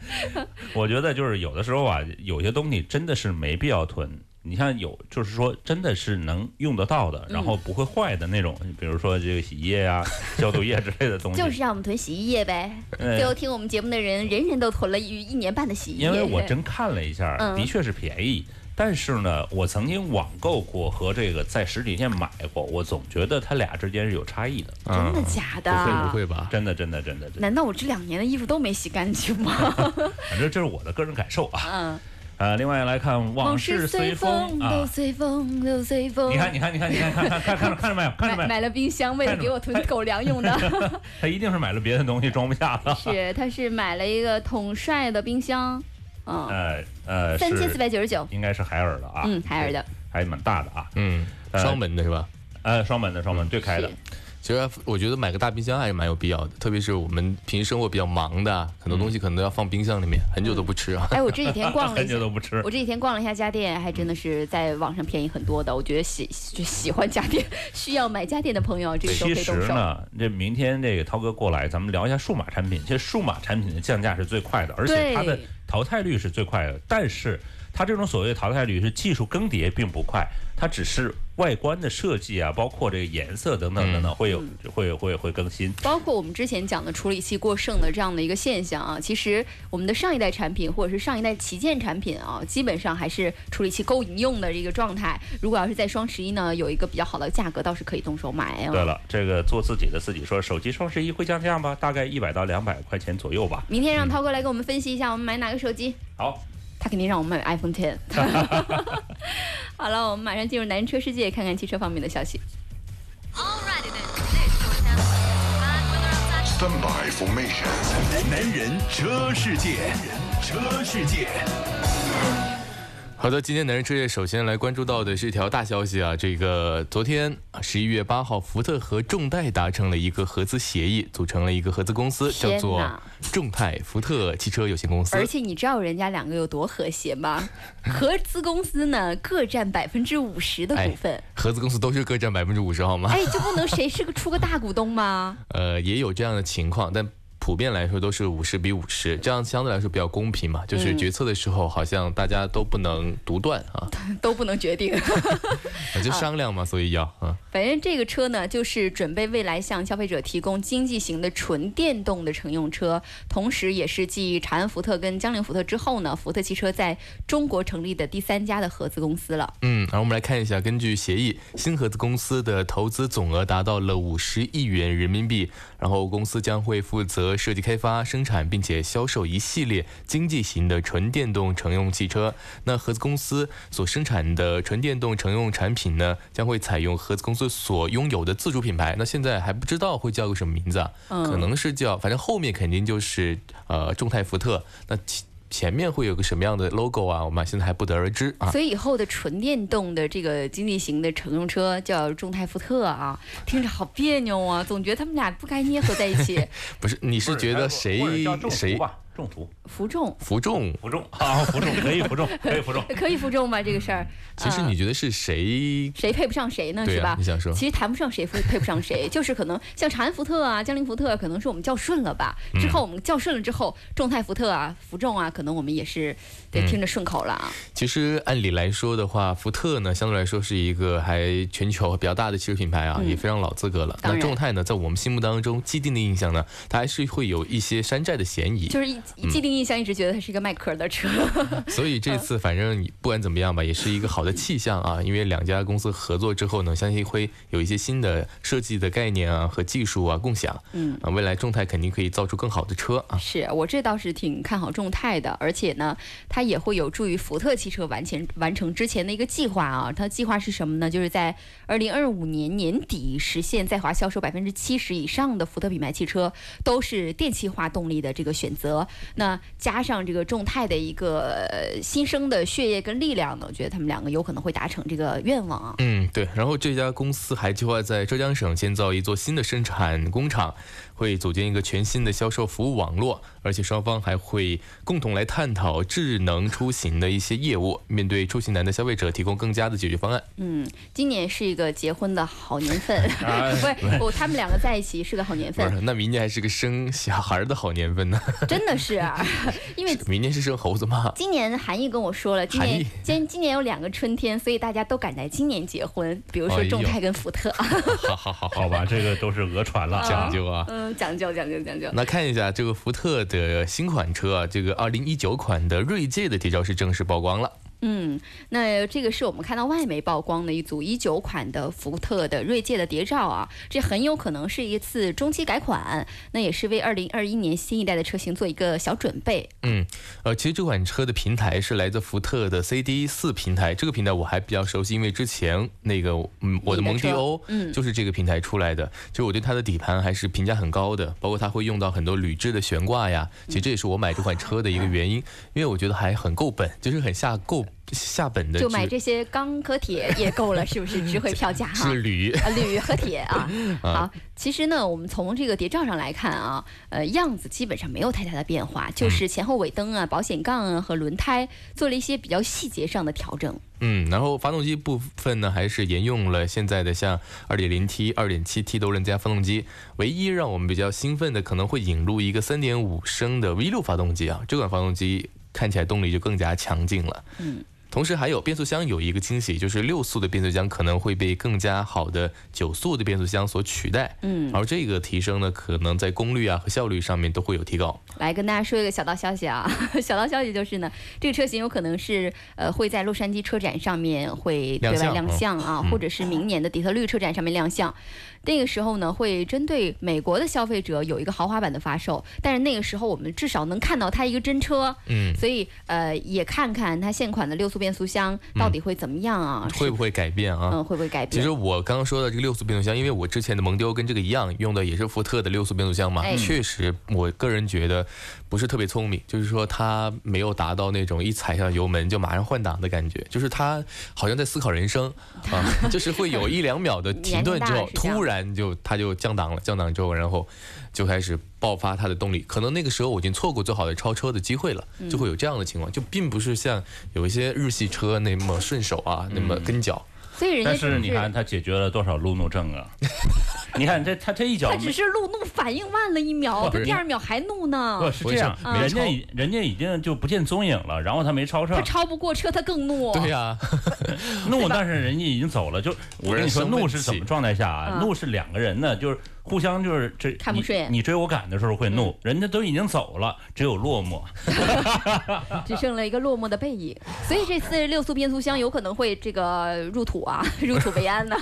[SPEAKER 2] 我觉得就是有的时候啊，有些东西真的是没必要囤。你像有，就是说真的是能用得到的，然后
[SPEAKER 3] 嗯
[SPEAKER 2] 不会坏的那种，比如说这个洗衣液啊、 消毒液之类的东西。
[SPEAKER 3] 就是让我们囤洗衣液呗。
[SPEAKER 2] 嗯
[SPEAKER 3] 最后听我们节目的人，人人都囤了一一年半的洗衣液。
[SPEAKER 2] 因为我真看了一下，
[SPEAKER 3] 嗯
[SPEAKER 2] 的确是便宜。但是呢，我曾经网购过和这个在实体店买过，我总觉得它俩之间是有差异的。
[SPEAKER 3] 真的假的？
[SPEAKER 4] 不会嗯不会吧？
[SPEAKER 2] 真的，真的，真的，真的，
[SPEAKER 3] 难道我这两年的衣服都没洗干净吗？
[SPEAKER 2] 反正这是我的个人感受啊。
[SPEAKER 3] 嗯，
[SPEAKER 2] 啊，另外来看往事随风
[SPEAKER 3] 都
[SPEAKER 2] 啊，
[SPEAKER 3] 随风，都随风。
[SPEAKER 2] 你看，你看，你看，你看，看看看看看着没有？看着
[SPEAKER 3] 买
[SPEAKER 2] 没有？
[SPEAKER 3] 买了冰箱，为了
[SPEAKER 2] 看着哎
[SPEAKER 3] 给我囤狗粮用的，
[SPEAKER 2] 他一定是买了别的东西装不下了。
[SPEAKER 3] 是，他是买了一个统帅的冰箱，嗯，
[SPEAKER 2] 呃呃，
[SPEAKER 3] 三千四
[SPEAKER 2] 是
[SPEAKER 3] 百九十九，
[SPEAKER 2] 应该是海尔的啊，
[SPEAKER 3] 嗯，海尔的，
[SPEAKER 2] 还蛮大的啊，
[SPEAKER 4] 嗯，
[SPEAKER 2] 呃
[SPEAKER 4] 双门的是吧？
[SPEAKER 2] 呃，双门的双门对开的
[SPEAKER 3] 嗯是，
[SPEAKER 4] 其实我觉得买个大冰箱还是蛮有必要的，特别是我们平时生活比较忙的，很多东西可能都要放冰箱里面，很久都不吃啊。
[SPEAKER 3] 哎，我这几天逛 了
[SPEAKER 2] 很
[SPEAKER 3] 一下
[SPEAKER 2] 久。都不吃
[SPEAKER 3] 我。这几天逛了一下家电，还真的是在网上便宜很多的。我觉得喜喜喜欢家电、 需要买家电的朋友，这个时候
[SPEAKER 2] 其
[SPEAKER 3] 可以
[SPEAKER 2] 实
[SPEAKER 3] 动手。
[SPEAKER 2] 呢，这明天这个涛哥过来，咱们聊一下数码产品。其实数码产品的降价是最快的，而且
[SPEAKER 3] 对
[SPEAKER 2] 它的淘汰率是最快的，但是它这种所谓的淘汰率是技术更迭并不快，它只是外观的设计啊，包括这个颜色等等
[SPEAKER 3] 嗯
[SPEAKER 2] 等等会有会会会更新。
[SPEAKER 3] 包括我们之前讲的处理器过剩的这样的一个现象啊，其实我们的上一代产品或者是上一代旗舰产品啊，基本上还是处理器够用的一个状态。如果要是在双十一呢，有一个比较好的价格，倒是可以动手买啊。
[SPEAKER 2] 对了，这个做自己的自己说，手机双十一会降价吗？大概一百到两百块钱左右吧。
[SPEAKER 3] 明天让涛哥来给我们分析一下，我们买哪个手机？
[SPEAKER 2] 好，
[SPEAKER 3] 他肯定让我们买 iPhone Ten。好了，我们马上进入男人车世界，看看汽车方面的消息。
[SPEAKER 5] Alrighty then, this goes down. Bad weather outside.
[SPEAKER 6] Standby formation.
[SPEAKER 1] 男人车世界，车世界，
[SPEAKER 4] 好的，今天男人之夜首先来关注到的是一条大消息啊，这个昨天啊十一月八号，福特和众泰达成了一个合资协议，组成了一个合资公司，
[SPEAKER 3] 天
[SPEAKER 4] 叫做
[SPEAKER 3] 哪
[SPEAKER 4] 众泰福特汽车有限公司
[SPEAKER 3] 而。且你知道人家两个有多和谐 吗？合资公司呢，各占百分之五十的股份。
[SPEAKER 4] 合资公司都是各占百分之五十，好 吗？
[SPEAKER 3] 哎，就不能谁是个出个大股东吗？
[SPEAKER 4] 呃，也有这样的情况，但普遍来说都是五十比五十，这样相对来说比较公平嘛。就是
[SPEAKER 3] 嗯
[SPEAKER 4] 决策的时候，好像大家都不能独断啊，
[SPEAKER 3] 都不能决定。
[SPEAKER 4] 就商量嘛，所以要啊，
[SPEAKER 3] 反正这个车呢，就是准备未来向消费者提供经济型的纯电动的乘用车，同时也是继长安福特跟江铃福特之后呢，福特汽车在中国成立的第三家的合资公司了。
[SPEAKER 4] 嗯。然后我们来看一下，根据协议，新合资公司的投资总额达到了五十亿元人民币，然后公司将会负责设计、开发、生产，并且销售一系列经济型的纯电动乘用汽车。那合资公司所生产的纯电动乘用产品呢，将会采用合资公司所拥有的自主品牌。那现在还不知道会叫个什么名字啊？可能是叫，反正后面肯定就是呃众泰福特。那其前面会有个什么样的 logo 啊？我们现在还不得而知啊。
[SPEAKER 3] 所以以后的纯电动的这个经济型的乘用车叫众泰福特啊，听着好别扭 啊，总觉得他们俩不该捏合在一起。
[SPEAKER 4] 不是，你是觉得谁
[SPEAKER 2] 或者叫众福
[SPEAKER 4] 谁
[SPEAKER 2] 吧？众福，
[SPEAKER 3] 服众
[SPEAKER 4] 服众？
[SPEAKER 2] 服众 啊，服众可以服众，可以服众。
[SPEAKER 3] 可以服众吧？这个事儿，
[SPEAKER 4] 其实
[SPEAKER 3] 呃
[SPEAKER 4] 你觉得是谁？
[SPEAKER 3] 谁配不上谁呢？
[SPEAKER 4] 对啊
[SPEAKER 3] 是吧？
[SPEAKER 4] 你想说
[SPEAKER 3] 其实谈不上谁配配不上 谁，就是可能像长安福特啊、江铃福特，可能是我们叫顺了吧。之后我们叫顺了之后，众泰福特啊、福众啊，可能我们也是得听着顺口了啊。
[SPEAKER 4] 其实按理来说的话，福特呢相对来说是一个还全球比较大的汽车品牌啊，也非常老资格了。
[SPEAKER 3] 嗯当
[SPEAKER 4] 那
[SPEAKER 3] 然
[SPEAKER 4] 众泰呢，在我们心目当中既定的印象呢，它还是会有一些山寨的嫌疑。
[SPEAKER 3] 就是一 既定印象一直觉得它是一个卖壳的车，
[SPEAKER 4] 所以这
[SPEAKER 3] 嗯
[SPEAKER 4] 次反正你不管怎么样吧，也是一个好的气象啊，因为两家公司合作之后呢，相信会有一些新的设计的概念啊和技术啊共享。
[SPEAKER 3] 嗯
[SPEAKER 4] 啊，未来众泰肯定可以造出更好的车啊。
[SPEAKER 3] 是我这倒是挺看好众泰的，而且呢，它也会有助于福特汽车完前完成之前的一个计划啊。它计划是什么呢？就是在二零二五年年底实现在华销售百分之七十以上的福特品牌汽车都是电气化动力的这个选择。那加上这个众泰的一个呃新生的血液跟力量呢，我觉得他们两个有可能会达成这个愿望啊。
[SPEAKER 4] 嗯，对。然后这家公司还计划在浙江省建造一座新的生产工厂，会组建一个全新的销售服务网络，而且双方还会共同来探讨智能出行的一些业务，面对出行难的消费者提供更加的解决方案。
[SPEAKER 3] 嗯，今年是一个结婚的好年份，
[SPEAKER 2] 哎
[SPEAKER 3] 不是，我、他们两个在一起是个好年
[SPEAKER 4] 不
[SPEAKER 3] 份，
[SPEAKER 4] 是，那明年还是个生 小孩的好年份呢。
[SPEAKER 3] 真的是、啊，因为
[SPEAKER 4] 明年是生猴子吗？
[SPEAKER 3] 今年韩毅跟我说了，今
[SPEAKER 4] 韩
[SPEAKER 3] 年
[SPEAKER 4] 毅
[SPEAKER 3] 今今年有两个春天，所以大家都赶在今年结婚，比如说
[SPEAKER 4] 哎呦
[SPEAKER 3] 众泰跟福特，啊
[SPEAKER 4] 好好好好
[SPEAKER 2] 好吧，这个都是讹传了，
[SPEAKER 4] 讲究啊。
[SPEAKER 3] 嗯，讲究讲究讲究。
[SPEAKER 4] 那看一下这个福特的新款车啊，这个二零一九款的锐界的谍照是正式曝光了。
[SPEAKER 3] 嗯，那这个是我们看到外媒曝光的一组一九款的福特的锐界的谍照啊，这很有可能是一次中期改款，那也是为二零二一年新一代的车型做一个小准备。
[SPEAKER 4] 嗯，呃，其实这款车的平台是来自福特的 CD 四平台，这个平台我还比较熟悉，因为之前那个嗯我的蒙迪欧
[SPEAKER 3] 嗯
[SPEAKER 4] 就是这个平台出来的，就是我对它的底盘还是评价很高的，包括它会用到很多铝制的悬挂呀，其实这也是我买这款车的一个原因，因为我觉得还很够本，就是很下够下本的，
[SPEAKER 3] 就买这些钢和 铁也够了，是不是？值回票价哈。
[SPEAKER 4] 是铝。
[SPEAKER 3] 啊，铝和铁 啊。好，其实呢，我们从这个谍照上来看啊，呃，样子基本上没有太大的变化，就是前后尾灯啊、保险杠啊和轮胎做了一些比较细节上的调整。
[SPEAKER 4] 嗯，然后发动机部分呢，还是沿用了现在的像 2.0T、2.7T 涡轮增压发动机。唯一让我们比较兴奋的，可能会引入一个3.5升的 V6 发动机啊，这款发动机。看起来动力就更加强劲了。
[SPEAKER 3] 嗯，
[SPEAKER 4] 同时还有变速箱有一个惊喜，就是六速的变速箱可能会被更加好的九速的变速箱所取代。
[SPEAKER 3] 嗯
[SPEAKER 4] 而这个提升呢，可能在功率啊和效率上面都会有提高。
[SPEAKER 3] 来跟大家说一个小道消息啊， 小道消息就是呢，这个车型有可能是呃会在洛杉矶车展上面会对
[SPEAKER 4] 亮
[SPEAKER 3] 外
[SPEAKER 4] 相
[SPEAKER 3] 亮
[SPEAKER 4] 嗯
[SPEAKER 3] 相嗯啊，或者是明年的底特律车展上面亮相。那个时候呢，会针对美国的消费者有一个豪华版的发售，但是那个时候我们至少能看到它一个真车，
[SPEAKER 4] 嗯，
[SPEAKER 3] 所以呃也看看它现款的六速变速箱到底会怎么样啊，
[SPEAKER 4] 嗯会
[SPEAKER 3] 是
[SPEAKER 4] 不会改变啊？
[SPEAKER 3] 嗯会不会改
[SPEAKER 4] 其
[SPEAKER 3] 变？
[SPEAKER 4] 实我刚刚说的这个六速变速箱，因为我之前的蒙迪欧跟这个一样，用的也是福特的六速变速箱嘛，
[SPEAKER 3] 哎
[SPEAKER 4] 确实，我个人觉得不是特别聪明，就是说它没有达到那种一踩上油门就马上换挡的感觉，就是它好像在思考人生啊， 就是会有一两秒的停顿之
[SPEAKER 3] 年
[SPEAKER 4] 后
[SPEAKER 3] 龄，大是这样
[SPEAKER 4] 突然就它就降档了，降档之后，然后就开始爆发它的动力，可能那个时候我已经错过最好的超车的机会了，就会有这样的情况，就并不是像有一些日系车那么顺手啊，那么跟脚。
[SPEAKER 3] 所以人家
[SPEAKER 2] 但
[SPEAKER 3] 就是
[SPEAKER 2] 你看，他解决了多少路怒症 啊？你看这他这一脚
[SPEAKER 3] 他
[SPEAKER 2] 没，
[SPEAKER 3] 只是路怒反应慢了一秒，
[SPEAKER 2] 不
[SPEAKER 3] 他
[SPEAKER 2] 是
[SPEAKER 3] 第二秒还怒呢。
[SPEAKER 2] 不是
[SPEAKER 4] 我
[SPEAKER 2] 这样，
[SPEAKER 3] 嗯
[SPEAKER 4] 想没
[SPEAKER 2] 人家
[SPEAKER 4] 超
[SPEAKER 2] 已人家已经就不见踪影了，然后他没超
[SPEAKER 3] 他
[SPEAKER 2] 上，
[SPEAKER 3] 超不过车，他更怒。
[SPEAKER 4] 对呀、
[SPEAKER 2] 怒，但是人家已经走了。就我跟你说，
[SPEAKER 4] 生闷
[SPEAKER 2] 怒是怎么
[SPEAKER 4] 气
[SPEAKER 2] 状态下啊？
[SPEAKER 3] 嗯
[SPEAKER 2] 怒是两个人呢，就是互相就是这
[SPEAKER 3] 看不
[SPEAKER 2] 你
[SPEAKER 3] 顺眼嗯
[SPEAKER 2] 你追我赶的时候会怒，人家都已经走了，只有落寞。
[SPEAKER 3] 只剩了一个落寞的背影。 所以这次六速变速箱有可能会这个入土啊，入土为安呢、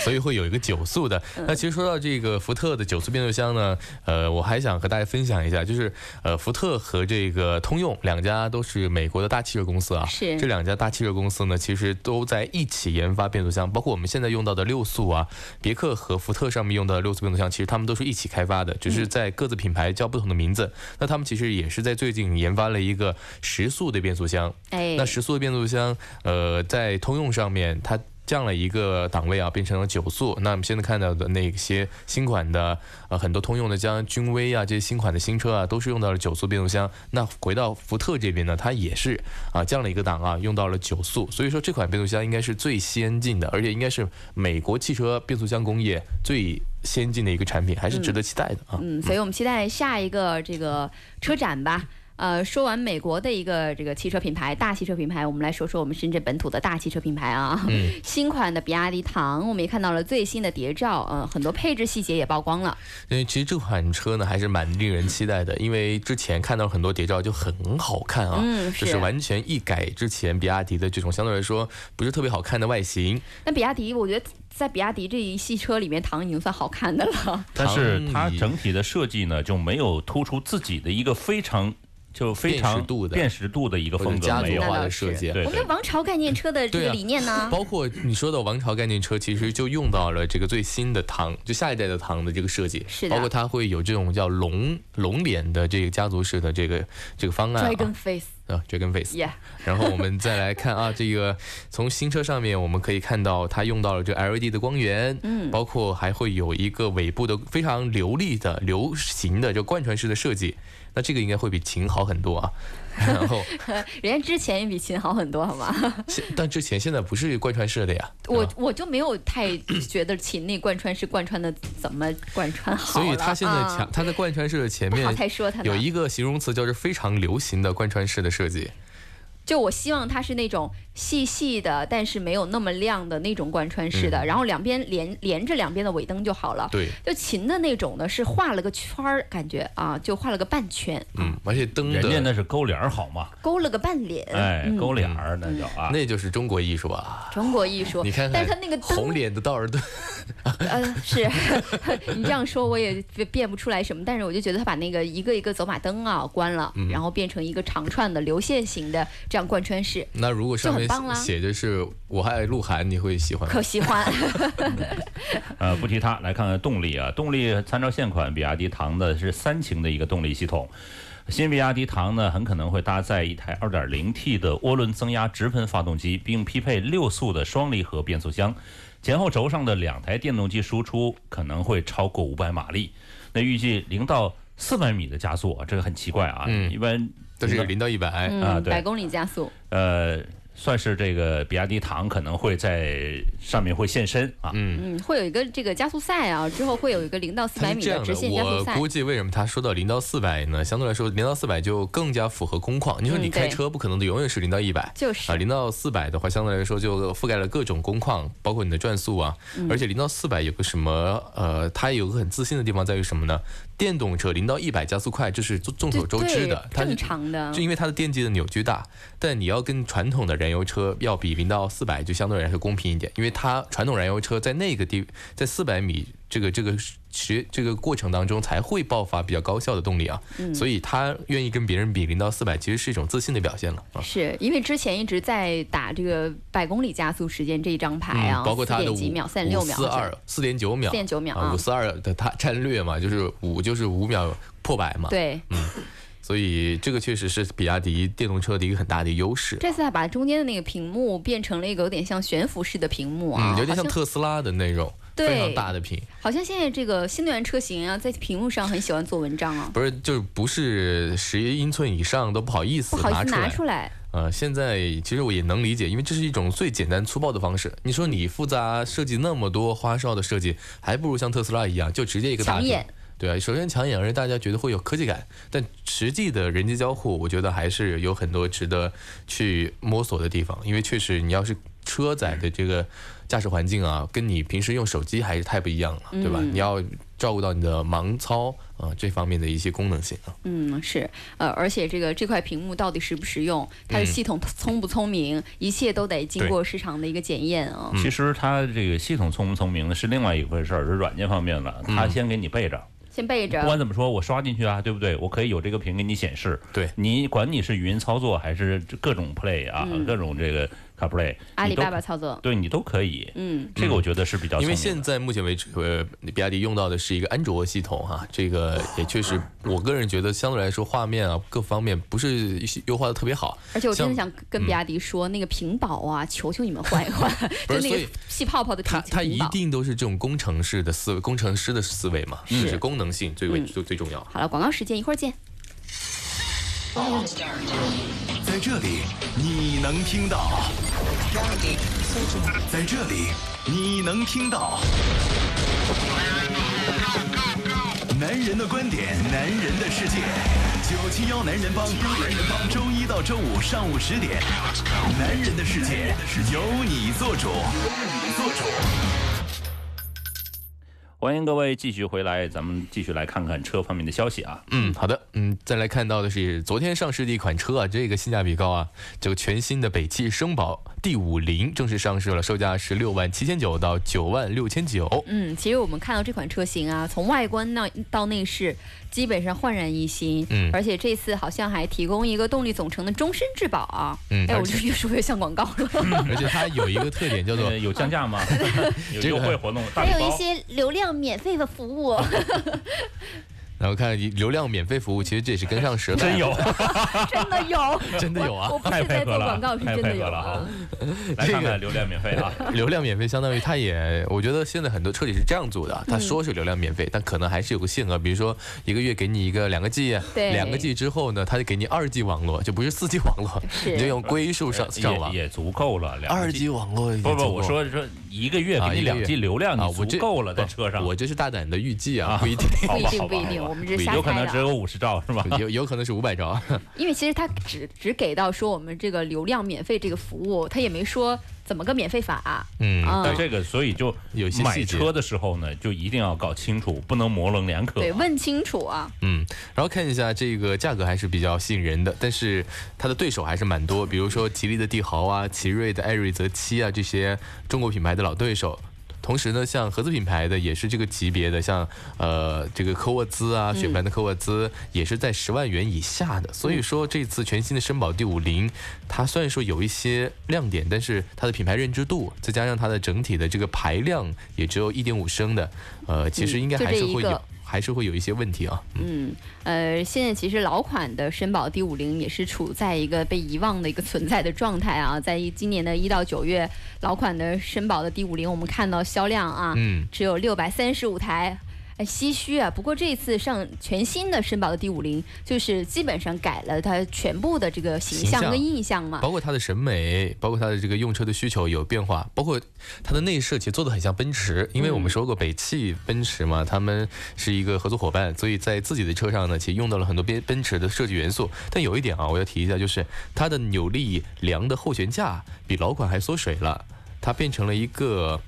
[SPEAKER 4] 所以会有一个九速的。那其实说到这个福特的九速变速箱呢，呃，我还想和大家分享一下，就是呃，福特和这个通用两家都是美国的大汽车公司啊。
[SPEAKER 3] 是
[SPEAKER 4] 这两家大汽车公司呢，其实都在一起研发变速箱，包括我们现在用到的六速啊，别克和福特上面用到的六速变速箱，其实他们都是一起开发的，只是在各自品牌叫不同的名字。那他们其实也是在最近研发了一个时速的变速箱。
[SPEAKER 3] 哎
[SPEAKER 4] 那，呃时速的变速箱，呃，在通用上面它降了一个档位啊，变成了九速。那我们现在看到的那些新款的，呃，很多通用的像君威啊这些新款的新车啊，都是用到了九速变速箱。那回到福特这边呢，它也是啊降了一个档啊，用到了九速。所以说这款变速箱应该是最先进的，而且应该是美国汽车变速箱工业最先进的一个产品，还是值得期待的啊。
[SPEAKER 3] 嗯，所以我们期待下一个这个车展吧。呃，说完美国的一个这个汽车品牌，大汽车品牌，我们来说说我们深圳本土的大汽车品牌啊。
[SPEAKER 4] 嗯
[SPEAKER 3] 新款的比亚迪唐，我们也看到了最新的谍照，嗯、很多配置细节也曝光了。
[SPEAKER 4] 因为其实这款车呢还是蛮令人期待的，因为之前看到很多谍照就很好看啊，
[SPEAKER 3] 嗯
[SPEAKER 4] 就是是完全一改之前比亚迪的这种相对来说不是特别好看的外形。
[SPEAKER 3] 那比亚迪，我觉得在比亚迪这一系车里面，唐已经算好看的了。
[SPEAKER 2] 但是
[SPEAKER 4] 唐
[SPEAKER 2] 它
[SPEAKER 4] 尼
[SPEAKER 2] 整体的设计呢，就没有突出自己的一个非常就非常
[SPEAKER 4] 辨识度的
[SPEAKER 2] 辨识度的一个
[SPEAKER 4] 或者
[SPEAKER 2] 风格
[SPEAKER 4] 家
[SPEAKER 2] 没
[SPEAKER 4] 族
[SPEAKER 2] 有
[SPEAKER 3] 那
[SPEAKER 4] 化
[SPEAKER 3] 倒
[SPEAKER 4] 的
[SPEAKER 3] 是
[SPEAKER 4] 设计啊，
[SPEAKER 2] 对
[SPEAKER 3] 我们的王朝概念车的这
[SPEAKER 4] 对
[SPEAKER 3] 个
[SPEAKER 4] 啊
[SPEAKER 3] 理念呢？
[SPEAKER 4] 包括你说的王朝概念车，其实就用到了这个最新的唐，就下一代的唐的这个设计，
[SPEAKER 3] 是的
[SPEAKER 4] 包括它会有这种叫龙龙脸的这个家族式的这个这个方案
[SPEAKER 3] Dragon
[SPEAKER 4] 啊
[SPEAKER 3] Face，
[SPEAKER 4] 啊，Dragon Face，
[SPEAKER 3] yeah。
[SPEAKER 4] 然后我们再来看啊，这个从新车上面我们可以看到，它用到了这 LED 的光源，嗯，包括还会有一个尾部的非常流利的流行的就贯穿式的设计，那这个应该会比秦好很多啊。 然后，
[SPEAKER 3] 人家之前也比秦好很多，好吗？
[SPEAKER 4] 现但之前现在不是贯穿式 的呀，
[SPEAKER 3] 我
[SPEAKER 4] 啊
[SPEAKER 3] 我就没有 太觉得秦那贯穿是贯穿的怎么贯穿好
[SPEAKER 4] 所
[SPEAKER 3] 了
[SPEAKER 4] 以它现在
[SPEAKER 3] 啊
[SPEAKER 4] 强，它的贯穿式的前
[SPEAKER 3] 不好
[SPEAKER 4] 面
[SPEAKER 3] 太说它呢
[SPEAKER 4] 有一个形容词叫是非常流行的贯穿式的 设计，
[SPEAKER 3] 就我希望它是那种细细的，但是没有那么亮的那种贯穿式的，然后两边连连着两边的尾灯就好了。
[SPEAKER 4] 嗯对，
[SPEAKER 3] 就秦的那种呢，是画了个圈儿，感觉啊，就画了个半圈，
[SPEAKER 4] 嗯，而且灯
[SPEAKER 2] 人家
[SPEAKER 4] 的
[SPEAKER 2] 那是勾脸儿好吗？
[SPEAKER 3] 勾了个半脸。
[SPEAKER 2] 哎，
[SPEAKER 3] 嗯
[SPEAKER 2] 勾脸儿那叫啊。
[SPEAKER 4] 那就是中国艺术啊，
[SPEAKER 3] 中国艺术，
[SPEAKER 4] 你看
[SPEAKER 3] 哦
[SPEAKER 4] 看，
[SPEAKER 3] 但是它那个灯
[SPEAKER 4] 红脸的道尔顿，
[SPEAKER 3] 呃，是 你这样说我也辨辨不出来什么，但是我就觉得他把那个一个一个走马灯啊关了，
[SPEAKER 4] 嗯
[SPEAKER 3] 然后变成一个长串的流线型的这样贯穿式，
[SPEAKER 4] 那如果上面
[SPEAKER 3] 就很棒啦
[SPEAKER 4] 写着是“我爱鹿晗”，你会喜欢
[SPEAKER 3] 可
[SPEAKER 4] 吗？
[SPEAKER 3] 喜 欢。
[SPEAKER 2] 呃，不提它，来看看动力啊。动力参照现款比亚迪唐的是三擎的一个动力系统，新比亚迪唐呢很可能会搭载一台 2.0T 的涡轮增压直喷发动机，并匹配六速的双离合变速箱，前后轴上的两台电动机输出可能会超过500马力，那预计零到四百米的加速啊，这个很奇怪啊，
[SPEAKER 4] 嗯
[SPEAKER 2] 一般
[SPEAKER 4] 都是零到一百，
[SPEAKER 2] 啊
[SPEAKER 3] 嗯，
[SPEAKER 2] 对
[SPEAKER 3] 百公里加速，
[SPEAKER 2] 呃，算是这个比亚迪唐可能会在上面会现身啊。嗯，
[SPEAKER 3] 嗯，会有一个这个加速赛啊，之后会有一个零到四
[SPEAKER 4] 它
[SPEAKER 3] 百
[SPEAKER 4] 是
[SPEAKER 3] 米
[SPEAKER 4] 这样
[SPEAKER 3] 直线加
[SPEAKER 4] 我
[SPEAKER 3] 速赛。
[SPEAKER 4] 估计为什么他说到零到四百呢？相对来说，零到四百就更加符合工况。你说
[SPEAKER 3] 嗯
[SPEAKER 4] 你开
[SPEAKER 3] 对
[SPEAKER 4] 车不可能永远是零到一百，
[SPEAKER 3] 就是
[SPEAKER 4] 啊，零到四百的话，相对来说就覆盖了各种工况，包括你的转速啊。
[SPEAKER 3] 嗯
[SPEAKER 4] 而且零到四百有个什么呃，它有个很自信的地方在于什么呢？电动车零到一百加速快，这是众众
[SPEAKER 3] 对
[SPEAKER 4] 所周知
[SPEAKER 3] 对
[SPEAKER 4] 的，它是
[SPEAKER 3] 正常的
[SPEAKER 4] 就。因为它的电机的扭矩大，但你要跟传统的燃油车要比，零到四百就相对来说公平一点，因为它传统燃油车在那个地，在四百米这个这个时这个过程当中才会爆发比较高效的动力啊，
[SPEAKER 3] 嗯
[SPEAKER 4] 所以它愿意跟别人比零到四百，其实是一种自信的表现了啊。
[SPEAKER 3] 是因为之前一直在打这个百公里加速时间这一张牌啊，
[SPEAKER 4] 嗯包括它
[SPEAKER 3] 4
[SPEAKER 4] 的
[SPEAKER 3] 点
[SPEAKER 4] 五
[SPEAKER 3] 几秒、三十六秒、
[SPEAKER 4] 四二、啊四点九秒、
[SPEAKER 3] 4.9秒
[SPEAKER 4] 啊，
[SPEAKER 3] 啊
[SPEAKER 4] 五四二的它战略嘛，就是五就是五秒破百嘛，，
[SPEAKER 3] 对，
[SPEAKER 4] 所以这个确实是比亚迪电动车的一个很大的优势。
[SPEAKER 3] 这次还把中间的那个屏幕变成了一个有点像悬浮式的屏幕啊，
[SPEAKER 4] 嗯，有点
[SPEAKER 3] 好
[SPEAKER 4] 像特斯拉的那种
[SPEAKER 3] 对
[SPEAKER 4] 非常大的屏，
[SPEAKER 3] 好像现在这个新能源车型啊，在屏幕上很喜欢做文章啊，
[SPEAKER 4] 不是就是不是十英寸以上都不好意
[SPEAKER 3] 不
[SPEAKER 4] 思
[SPEAKER 3] 好意思
[SPEAKER 4] 出
[SPEAKER 3] 拿
[SPEAKER 4] 来。
[SPEAKER 3] 出来。
[SPEAKER 4] 呃，现在其实我也能理解，因为这是一种最简单粗暴的方式。你说你复杂设计那么多花哨的设计，还不如像特斯拉一样，就直接一个大
[SPEAKER 3] 抢
[SPEAKER 4] 屏
[SPEAKER 3] 眼。
[SPEAKER 4] 对啊，首先抢眼，而且大家觉得会有科技感，但实际的人机交互，我觉得还是有很多值得去摸索的地方。因为确实，你要是车载的这个驾驶环境啊，跟你平时用手机还是太不一样了，对吧？你要照顾到你的盲操啊、呃这方面的一些功能性啊。
[SPEAKER 3] 嗯，是，呃，而且这个这块屏幕到底实不实用，它的
[SPEAKER 4] 嗯
[SPEAKER 3] 系统聪不聪明，一切都得经
[SPEAKER 4] 对
[SPEAKER 3] 过市场的一个检验啊。
[SPEAKER 4] 嗯
[SPEAKER 2] 其实它这个系统聪不聪明是另外一回事儿，是软件方面了，
[SPEAKER 4] 嗯
[SPEAKER 2] 它先给你备着。
[SPEAKER 3] 先备
[SPEAKER 2] 不管
[SPEAKER 3] 着，
[SPEAKER 2] 怎么说，我刷进去啊，对不对？我可以有这个屏给你显示。
[SPEAKER 4] 对
[SPEAKER 2] 你管你是语音操作还是各种 Play 啊，各种这个 CarPlay，
[SPEAKER 3] 嗯阿
[SPEAKER 2] 你
[SPEAKER 3] 里
[SPEAKER 2] 都
[SPEAKER 3] 巴巴操作，
[SPEAKER 2] 对你都可以。
[SPEAKER 3] 嗯，
[SPEAKER 2] 这个我觉得是比较聪明
[SPEAKER 4] 因为
[SPEAKER 2] 的
[SPEAKER 4] 现在目前为止，呃，比亚迪用到的是一个安卓系统哈、这个也确实，我个人觉得相对来说画面啊各方面不是优化的特别好，
[SPEAKER 3] 而且我真的
[SPEAKER 4] 像嗯
[SPEAKER 3] 想跟比亚迪说，那个屏保啊，求求你们换一 换，
[SPEAKER 4] 不
[SPEAKER 3] 就是那
[SPEAKER 4] 所
[SPEAKER 3] 个
[SPEAKER 4] 以
[SPEAKER 3] 气泡泡的屏
[SPEAKER 4] 它它一
[SPEAKER 3] 屏保。
[SPEAKER 4] 定都是这种工程式的思维，工程师的思维嘛，就是功能性最为最最重要。
[SPEAKER 3] 好了，广告时间，一会儿见。
[SPEAKER 1] 在这里你能听到，在这里你能听到。男人的观点，男人的世界，九七幺男人帮，男人帮，周一到周五上午十点，男人的世界由你做主，做主。
[SPEAKER 2] 欢迎各位继续回来，咱们继续来看看车方面的消息啊。
[SPEAKER 4] 嗯，好的，嗯，再来看到的是昨天上市的一款车啊，这个性价比高啊，这个全新的北汽绅宝 D 五零正式上市了，售价是六万七千九到九万六千九。
[SPEAKER 3] 嗯，其实我们看到这款车型啊，从外观到到内饰，基本上焕然一新。
[SPEAKER 4] 嗯
[SPEAKER 3] 而且这次好像还提供一个动力总成的终身质保啊。
[SPEAKER 4] 嗯
[SPEAKER 3] 哎，
[SPEAKER 4] 而
[SPEAKER 3] 我这越说越像广告了。
[SPEAKER 4] 而且它有一个特点 叫做
[SPEAKER 2] 呃，有降价 吗？有
[SPEAKER 4] 这个
[SPEAKER 2] 优惠活动，大
[SPEAKER 3] 还
[SPEAKER 2] 礼
[SPEAKER 3] 有一
[SPEAKER 2] 包。
[SPEAKER 3] 些流量免费的服 务，
[SPEAKER 4] 然后看流量免费服务，其实这也是跟上时代。啊
[SPEAKER 2] 真有，
[SPEAKER 3] 真的 有，
[SPEAKER 4] 真的有啊
[SPEAKER 3] 我我不
[SPEAKER 2] 太
[SPEAKER 3] 是在
[SPEAKER 2] 配合
[SPEAKER 3] 做广
[SPEAKER 2] 了，
[SPEAKER 3] 告，是
[SPEAKER 2] 太
[SPEAKER 3] 真的
[SPEAKER 2] 配
[SPEAKER 3] 有
[SPEAKER 2] 合了
[SPEAKER 3] 啊
[SPEAKER 2] 哈。。来看
[SPEAKER 4] 这
[SPEAKER 2] 看
[SPEAKER 4] 个
[SPEAKER 2] 流量免费 啊。
[SPEAKER 4] 流量免费相当于它也，我觉得现在很多车企是这样做的，它说是流量免费，但可能还是有个限额，比如说一个月给你一个两个 G，
[SPEAKER 3] 对
[SPEAKER 4] 两个 G 之后呢，它就给你二 G 网络，就不是四 G 网络，
[SPEAKER 3] 是
[SPEAKER 4] 你就用归数上上网
[SPEAKER 2] 也。也足够了，两
[SPEAKER 4] 二
[SPEAKER 2] 个
[SPEAKER 4] G 网络也
[SPEAKER 2] 不不，
[SPEAKER 4] 足够
[SPEAKER 2] 我说说一个月
[SPEAKER 4] 啊
[SPEAKER 2] 给
[SPEAKER 4] 一
[SPEAKER 2] 你
[SPEAKER 4] 个
[SPEAKER 2] 两
[SPEAKER 4] 月
[SPEAKER 2] G 流量，
[SPEAKER 4] 啊，
[SPEAKER 2] 你
[SPEAKER 4] 我
[SPEAKER 2] 足
[SPEAKER 4] 这
[SPEAKER 2] 够了，在
[SPEAKER 4] 不
[SPEAKER 2] 车上，
[SPEAKER 4] 我这是大胆的预计啊，不一定，
[SPEAKER 2] 好
[SPEAKER 3] 不一
[SPEAKER 2] 吧
[SPEAKER 3] 定，
[SPEAKER 2] 好
[SPEAKER 3] 不
[SPEAKER 2] 吧
[SPEAKER 3] 一定，
[SPEAKER 2] 好吧
[SPEAKER 3] 我们这是瞎
[SPEAKER 2] 有可
[SPEAKER 3] 猜
[SPEAKER 2] 能只
[SPEAKER 3] 的啊。
[SPEAKER 2] 有五十兆是吧？
[SPEAKER 4] 有有可能是五百兆啊。
[SPEAKER 3] 因为其实他只只给到说我们这个流量免费这个服务，他也没说怎么个免费法啊。
[SPEAKER 4] 嗯
[SPEAKER 2] 但这个，所以就
[SPEAKER 4] 有些
[SPEAKER 2] 买
[SPEAKER 4] 细节
[SPEAKER 2] 车的时候呢，就一定要搞清楚，不能模棱两可。
[SPEAKER 3] 对，问清楚啊。
[SPEAKER 4] 嗯，然后看一下这个价格还是比较吸引人的，但是它的对手还是蛮多，比如说吉利的帝豪啊、奇瑞的艾瑞泽七啊这些中国品牌的老对手。同时呢，像合资品牌的也是这个级别的，像呃这个科沃兹啊，雪佛兰的科沃兹、也是在十万元以下的。所以说这次全新的绅宝 D 五零，它虽然说有一些亮点，但是它的品牌认知度，再加上它的整体的这个排量也只有一点五升的，呃，其实
[SPEAKER 3] 嗯
[SPEAKER 4] 应该
[SPEAKER 3] 就
[SPEAKER 4] 还
[SPEAKER 3] 这
[SPEAKER 4] 是
[SPEAKER 3] 一
[SPEAKER 4] 会有、
[SPEAKER 3] 个
[SPEAKER 4] 还是会有一些问题啊。
[SPEAKER 3] 嗯，呃，现在其实老款的绅宝 D 五零也是处在一个被遗忘的一个存在的状态啊，在一今年的一到九月，老款的绅宝的 D 五零我们看到销量啊，
[SPEAKER 4] 嗯
[SPEAKER 3] 只有六百三十五台。哎唏嘘啊。不过这一次上全新的绅宝的 D 五零，就是基本上改了它全部的这个形
[SPEAKER 4] 形
[SPEAKER 3] 象
[SPEAKER 4] 象
[SPEAKER 3] 跟印象嘛。
[SPEAKER 4] 包括它的审美，包括它的这个用车的需求有变化，包括它的内饰其实做的很像奔驰，因为我们说过北汽奔驰嘛，他们是一个合作伙伴，所以在自己的车上呢，其实用到了很多奔奔驰的设计元素。但有一点啊，我要提一下，就是它的扭力梁的后悬架比老款还缩水了，它变成了一个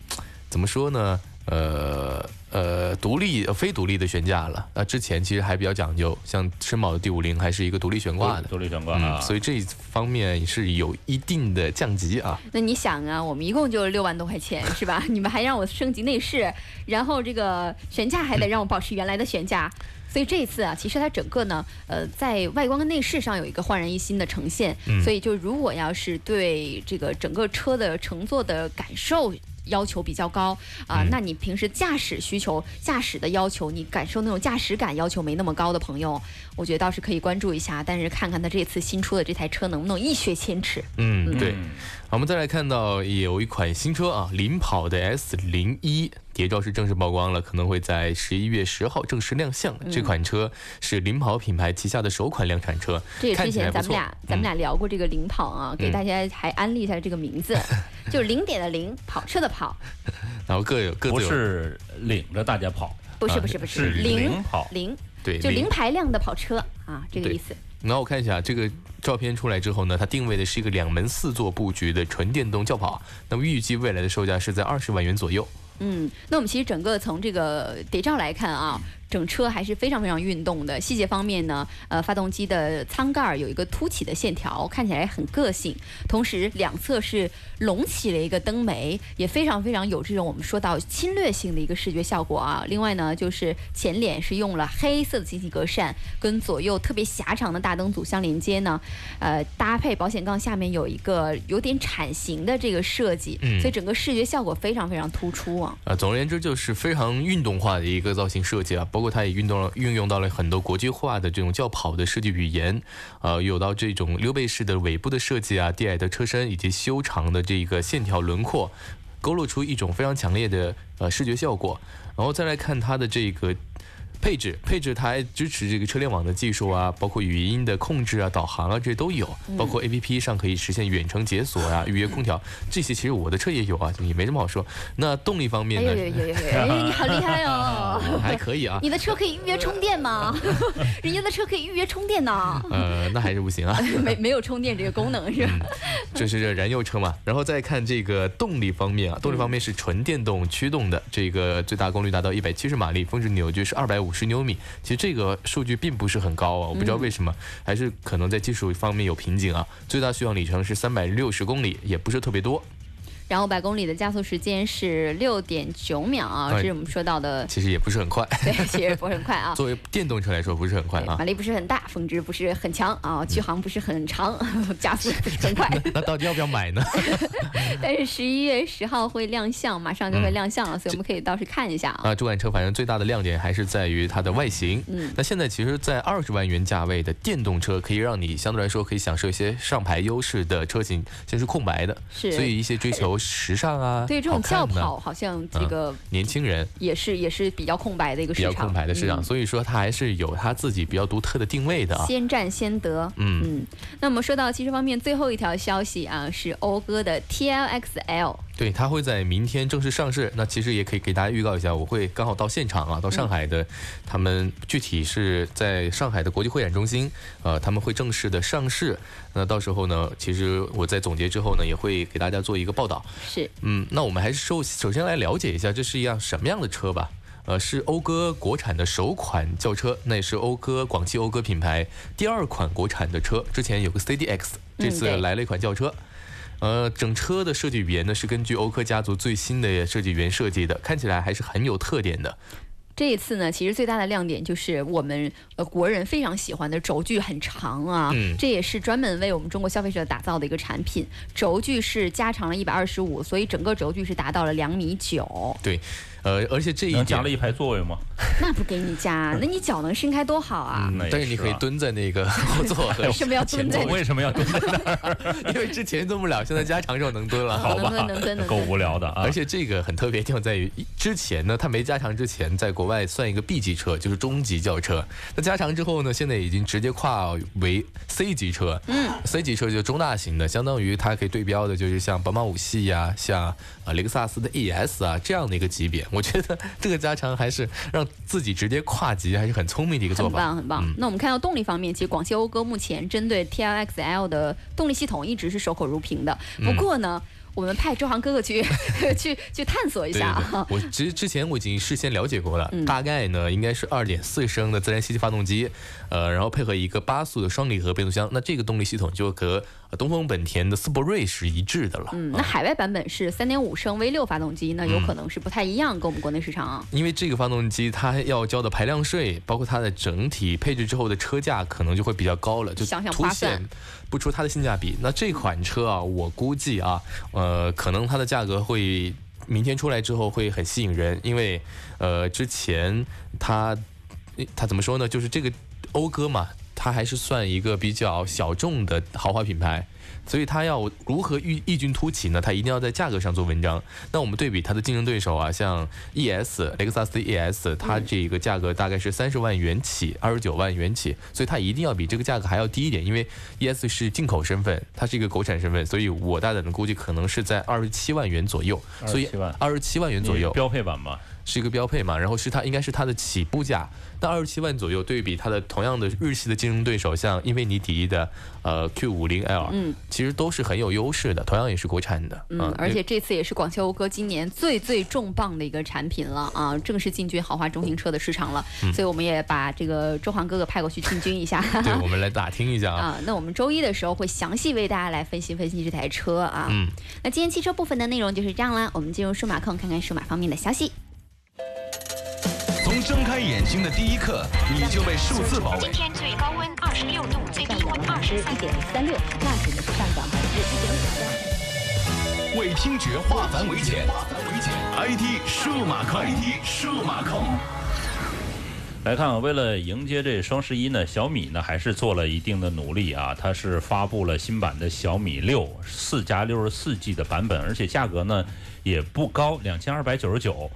[SPEAKER 4] 怎么说呢？呃呃，独立呃非独立的悬架了。那、之前其实还比较讲究，像绅宝的 D 五零还是一个独立悬挂的。
[SPEAKER 2] 独立悬挂啊
[SPEAKER 4] 嗯，，所以这一方面是有一定的降级啊。
[SPEAKER 3] 那你想啊，我们一共就六万多块钱是吧？你们还让我升级内饰，然后这个悬架还得让我保持原来的悬架。所以这一次啊，其实它整个呢，呃，在外观跟内饰上有一个焕然一新的呈现。所以就如果要是对这个整个车的乘坐的感受要求比较高啊、那你平时驾驶需求、驾驶的要求，你感受那种驾驶感要求没那么高的朋友，我觉得倒是可以关注一下。但是看看它这次新出的这台车能不能一雪前耻。
[SPEAKER 4] 嗯，对。
[SPEAKER 2] 嗯
[SPEAKER 4] 好我们再来看到有一款新车啊，领跑的 S 零一谍照是正式曝光了，可能会在十一月十号正式亮相。
[SPEAKER 3] 嗯
[SPEAKER 4] 这款车是领跑品牌旗下的首款量产车，
[SPEAKER 3] 这也
[SPEAKER 4] 看
[SPEAKER 3] 之
[SPEAKER 4] 起来
[SPEAKER 3] 前
[SPEAKER 4] 不
[SPEAKER 3] 咱们
[SPEAKER 4] 错。嗯
[SPEAKER 3] 俩咱们俩聊过这个领跑啊，给大家还安利一下这个名 字，就是零点的零，跑车的跑，
[SPEAKER 4] 嗯然后各有各
[SPEAKER 2] 不
[SPEAKER 4] 自有
[SPEAKER 2] 是领着大家跑，
[SPEAKER 3] 不是
[SPEAKER 4] 啊
[SPEAKER 3] 不是不
[SPEAKER 2] 是
[SPEAKER 3] 零
[SPEAKER 2] 领跑。
[SPEAKER 3] 零，
[SPEAKER 4] 对
[SPEAKER 3] 就
[SPEAKER 4] 领
[SPEAKER 3] 零排量的跑车啊，这个
[SPEAKER 4] 对
[SPEAKER 3] 意思。
[SPEAKER 4] 然后我看一下这个照片出来之后呢，它定位的是一个两门四座布局的纯电动轿跑，那么预计未来的售价是在二十万元左右。
[SPEAKER 3] 嗯，那我们其实整个从这个谍照来看啊，整车还是非常非常运动的。细节方面呢，呃，发动机的舱盖有一个凸起的线条，看起来很个性。同时，两侧是隆起了一个灯眉，也非常非常有这种我们说到侵略性的一个视觉效果啊。另外呢，就是前脸是用了黑色的进气格栅，跟左右特别狭长的大灯组相连接呢，呃，搭配保险杠下面有一个有点铲形的这个设计，
[SPEAKER 4] 嗯
[SPEAKER 3] 所以整个视觉效果非常非常突出啊。
[SPEAKER 4] 啊，总而言之就是非常运动化的一个造型设计啊，包括它也运动了运用到了很多国际化的这种轿跑的设计语言，呃，有到这种溜背式的尾部的设计啊，低矮的车身以及修长的这个线条轮廓，勾勒出一种非常强烈的呃视觉效果。然后再来看它的这个配置，配置它还支持这个车联网的技术啊，包括语音的控制啊、导航啊，这些都有，包括 A P P 上可以实现远程解锁啊、预约空调这些，其实我的车也有啊，也没什么好说。那动力方
[SPEAKER 3] 哎
[SPEAKER 4] 面
[SPEAKER 3] 呦
[SPEAKER 4] 呢
[SPEAKER 3] 呦，呦呦呦！哎，你好厉害哦！
[SPEAKER 4] 还可以啊，
[SPEAKER 3] 你的车可以预约充电吗？人家的车可以预约充电呢，
[SPEAKER 4] 呃，那还是不行啊，
[SPEAKER 3] 没没有充电这个功能是吧？
[SPEAKER 4] 这是这燃油车嘛。然后再看这个动力方面啊，动力方面是纯电动驱动的，这个最大功率达到一百七十马力，峰值扭矩是二百五十牛米。其实这个数据并不是很高啊，我不知道为什么，还是可能在技术方面有瓶颈啊。最大续航里程是三百六十公里，也不是特别多，
[SPEAKER 3] 然后百公里的加速时间是六点九秒啊，
[SPEAKER 4] 哎
[SPEAKER 3] 这是我们说到的，
[SPEAKER 4] 其实也不是很快。
[SPEAKER 3] 对，其实不是很快啊。
[SPEAKER 4] 作为电动车来说，不是很快
[SPEAKER 3] 对
[SPEAKER 4] 啊
[SPEAKER 3] 马。力不是很大，峰值不是很强啊，续航不是很长，加速不是很快。
[SPEAKER 4] 那到底要不要买呢？
[SPEAKER 3] 但是十一月十号会亮相，马上就会亮相了，所以我们可以到时看一下啊。
[SPEAKER 4] 啊，这款车反正最大的亮点还是在于它的外形。嗯，那现在其实，在二十万元价位的电动车，可以让你相对来说可以享受一些上牌优势的车型，先是空白的，
[SPEAKER 3] 是
[SPEAKER 4] 所以一些追求时尚啊，
[SPEAKER 3] 对这种
[SPEAKER 4] 好看
[SPEAKER 3] 轿
[SPEAKER 4] 呐
[SPEAKER 3] 跑，好像这个
[SPEAKER 4] 年轻人
[SPEAKER 3] 也是也是比较空白的一个
[SPEAKER 4] 比
[SPEAKER 3] 市
[SPEAKER 4] 较
[SPEAKER 3] 场，
[SPEAKER 4] 空白的市场，
[SPEAKER 3] 嗯
[SPEAKER 4] 所以说它还是有它自己比较独特的定位的啊。
[SPEAKER 3] 先占先得。
[SPEAKER 4] 嗯
[SPEAKER 3] 那么说到汽车方面，最后一条消息啊，是讴歌的 TLXL。
[SPEAKER 4] 对，它会在明天正式上市。那其实也可以给大家预告一下，我会刚好到现场啊，到上海的，他们具体是在上海的国际会展中心，呃，他们会正式的上市。那到时候呢，其实我在总结之后呢，也会给大家做一个报道。
[SPEAKER 3] 是，
[SPEAKER 4] 嗯，那我们还是首首先来了解一下，这是一辆什么样的车吧？呃，是讴歌国产的首款轿车，那也是讴歌广汽讴歌品牌第二款国产的车。之前有个 CDX，这次
[SPEAKER 3] 嗯对
[SPEAKER 4] 来了一款轿车。呃，整车的设计语言呢是根据讴歌家族最新的设计语言设计的，看起来还是很有特点的。
[SPEAKER 3] 这一次呢，其实最大的亮点就是我们呃国人非常喜欢的轴距很长啊，
[SPEAKER 4] 嗯
[SPEAKER 3] 这也是专门为我们中国消费者打造的一个产品。轴距是加长了一百二十五，所以整个轴距是达到了两米九。
[SPEAKER 4] 对，呃，而且这一
[SPEAKER 2] 能加
[SPEAKER 4] 点
[SPEAKER 2] 了一排座位吗？
[SPEAKER 3] 那不给你加，那你脚能伸开多好啊！
[SPEAKER 2] 那也
[SPEAKER 4] 嗯但是你可以
[SPEAKER 2] 啊。
[SPEAKER 4] 蹲在那个 后座和
[SPEAKER 3] 为什么要
[SPEAKER 4] 前
[SPEAKER 3] 蹲在
[SPEAKER 4] 座
[SPEAKER 2] 我为什么要蹲在那儿？
[SPEAKER 4] 因为之前蹲不了，现在加长之后能蹲了。
[SPEAKER 2] 好吧
[SPEAKER 3] 能能能能，
[SPEAKER 2] 够无聊的啊！
[SPEAKER 4] 而且这个很特别的地方在于，之前呢，它没加长之前，在国外算一个 B 级车，就是中级轿车。那加长之后呢，现在已经直接跨为 C 级车。嗯，C 级车就中大型的，相当于它可以对标的就是像宝马五系呀、像呃雷克萨斯的 ES 啊这样的一个级别。我觉得这个加长还是让自己直接跨级，还是很聪明的一个做
[SPEAKER 3] 很
[SPEAKER 4] 法。嗯
[SPEAKER 3] 棒很棒。那我们看到动力方面，其实广汽讴歌目前针对 TLXL 的动力系统一直是守口如瓶的。
[SPEAKER 4] 嗯
[SPEAKER 3] 不过呢，我们派周航哥哥去 去去探索一
[SPEAKER 4] 对
[SPEAKER 3] 下
[SPEAKER 4] 对对
[SPEAKER 3] 啊，，
[SPEAKER 4] 我之之前我已经事先了解过了，
[SPEAKER 3] 嗯
[SPEAKER 4] 大概呢应该是二点四升的自然吸气发动机，呃，然后配合一个八速的双离合变速箱，那这个动力系统就和呃东风本田的思铂睿是一致的了。
[SPEAKER 3] 嗯，那海外版本是3.5升 V 6发动机，那
[SPEAKER 4] 嗯
[SPEAKER 3] 有可能是不太一样，跟我们国内市场啊。
[SPEAKER 4] 因为这个发动机它要交的排量税，包括它的整体配置之后的车价，可能就会比较高了，就
[SPEAKER 3] 想想
[SPEAKER 4] 凸
[SPEAKER 3] 划算
[SPEAKER 4] 显不出它的性价比。那这款车啊，我估计啊，呃，可能它的价格会明天出来之后会很吸引人，因为呃，之前它它怎么说呢？就是这个讴歌嘛，它还是算一个比较小众的豪华品牌，所以它要如何异异军突起呢？它一定要在价格上做文章。那我们对比它的竞争对手啊，像 ES 雷克萨斯的 ES，它这个价格大概是三十万元起，二十九万元起，所以它一定要比这个价格还要低一点，因为 ES 是进口身份，它是一个国产身份，所以我大胆的估计可能是在二十七万元左右，所以
[SPEAKER 2] 27万
[SPEAKER 4] 二十七万元嗯左右。
[SPEAKER 2] 标配版嘛，
[SPEAKER 4] 是一个标配嘛，然后是它应该是它的起步价，那二十七万左右，对比它的同样的日系的竞争对手，像英菲尼迪的呃 Q 五零 L，
[SPEAKER 3] 嗯，
[SPEAKER 4] 其实都是很有优势的，同样也是国产的，
[SPEAKER 3] 嗯，而且这次也是广汽讴歌今年最最重磅的一个产品了啊，正式进军豪华中型车的市场了，
[SPEAKER 4] 嗯
[SPEAKER 3] 所以我们也把这个周航哥哥派过去进军一下。
[SPEAKER 4] 对，我们来打听一下啊，
[SPEAKER 3] 啊，那我们周一的时候会详细为大家来分析分析这台车啊。
[SPEAKER 4] 嗯，
[SPEAKER 3] 那今天汽车部分的内容就是这样啦，我们进入数码控看看数码方面的消息。
[SPEAKER 1] 从睁开眼睛的第一刻，你就被数字包围
[SPEAKER 5] 今。天最高温二十六度，最低温二十三度。
[SPEAKER 3] 三六，那指的是上涨百分之一点五。
[SPEAKER 1] 为听觉化繁为简，IT 数码控，IT 数码控，
[SPEAKER 2] 来看啊，为了迎接这双十一呢，小米呢还是做了一定的努力啊，它是发布了新版的小米六四加六十四 G 的版本，而且价格呢也不高，两千二百九十九。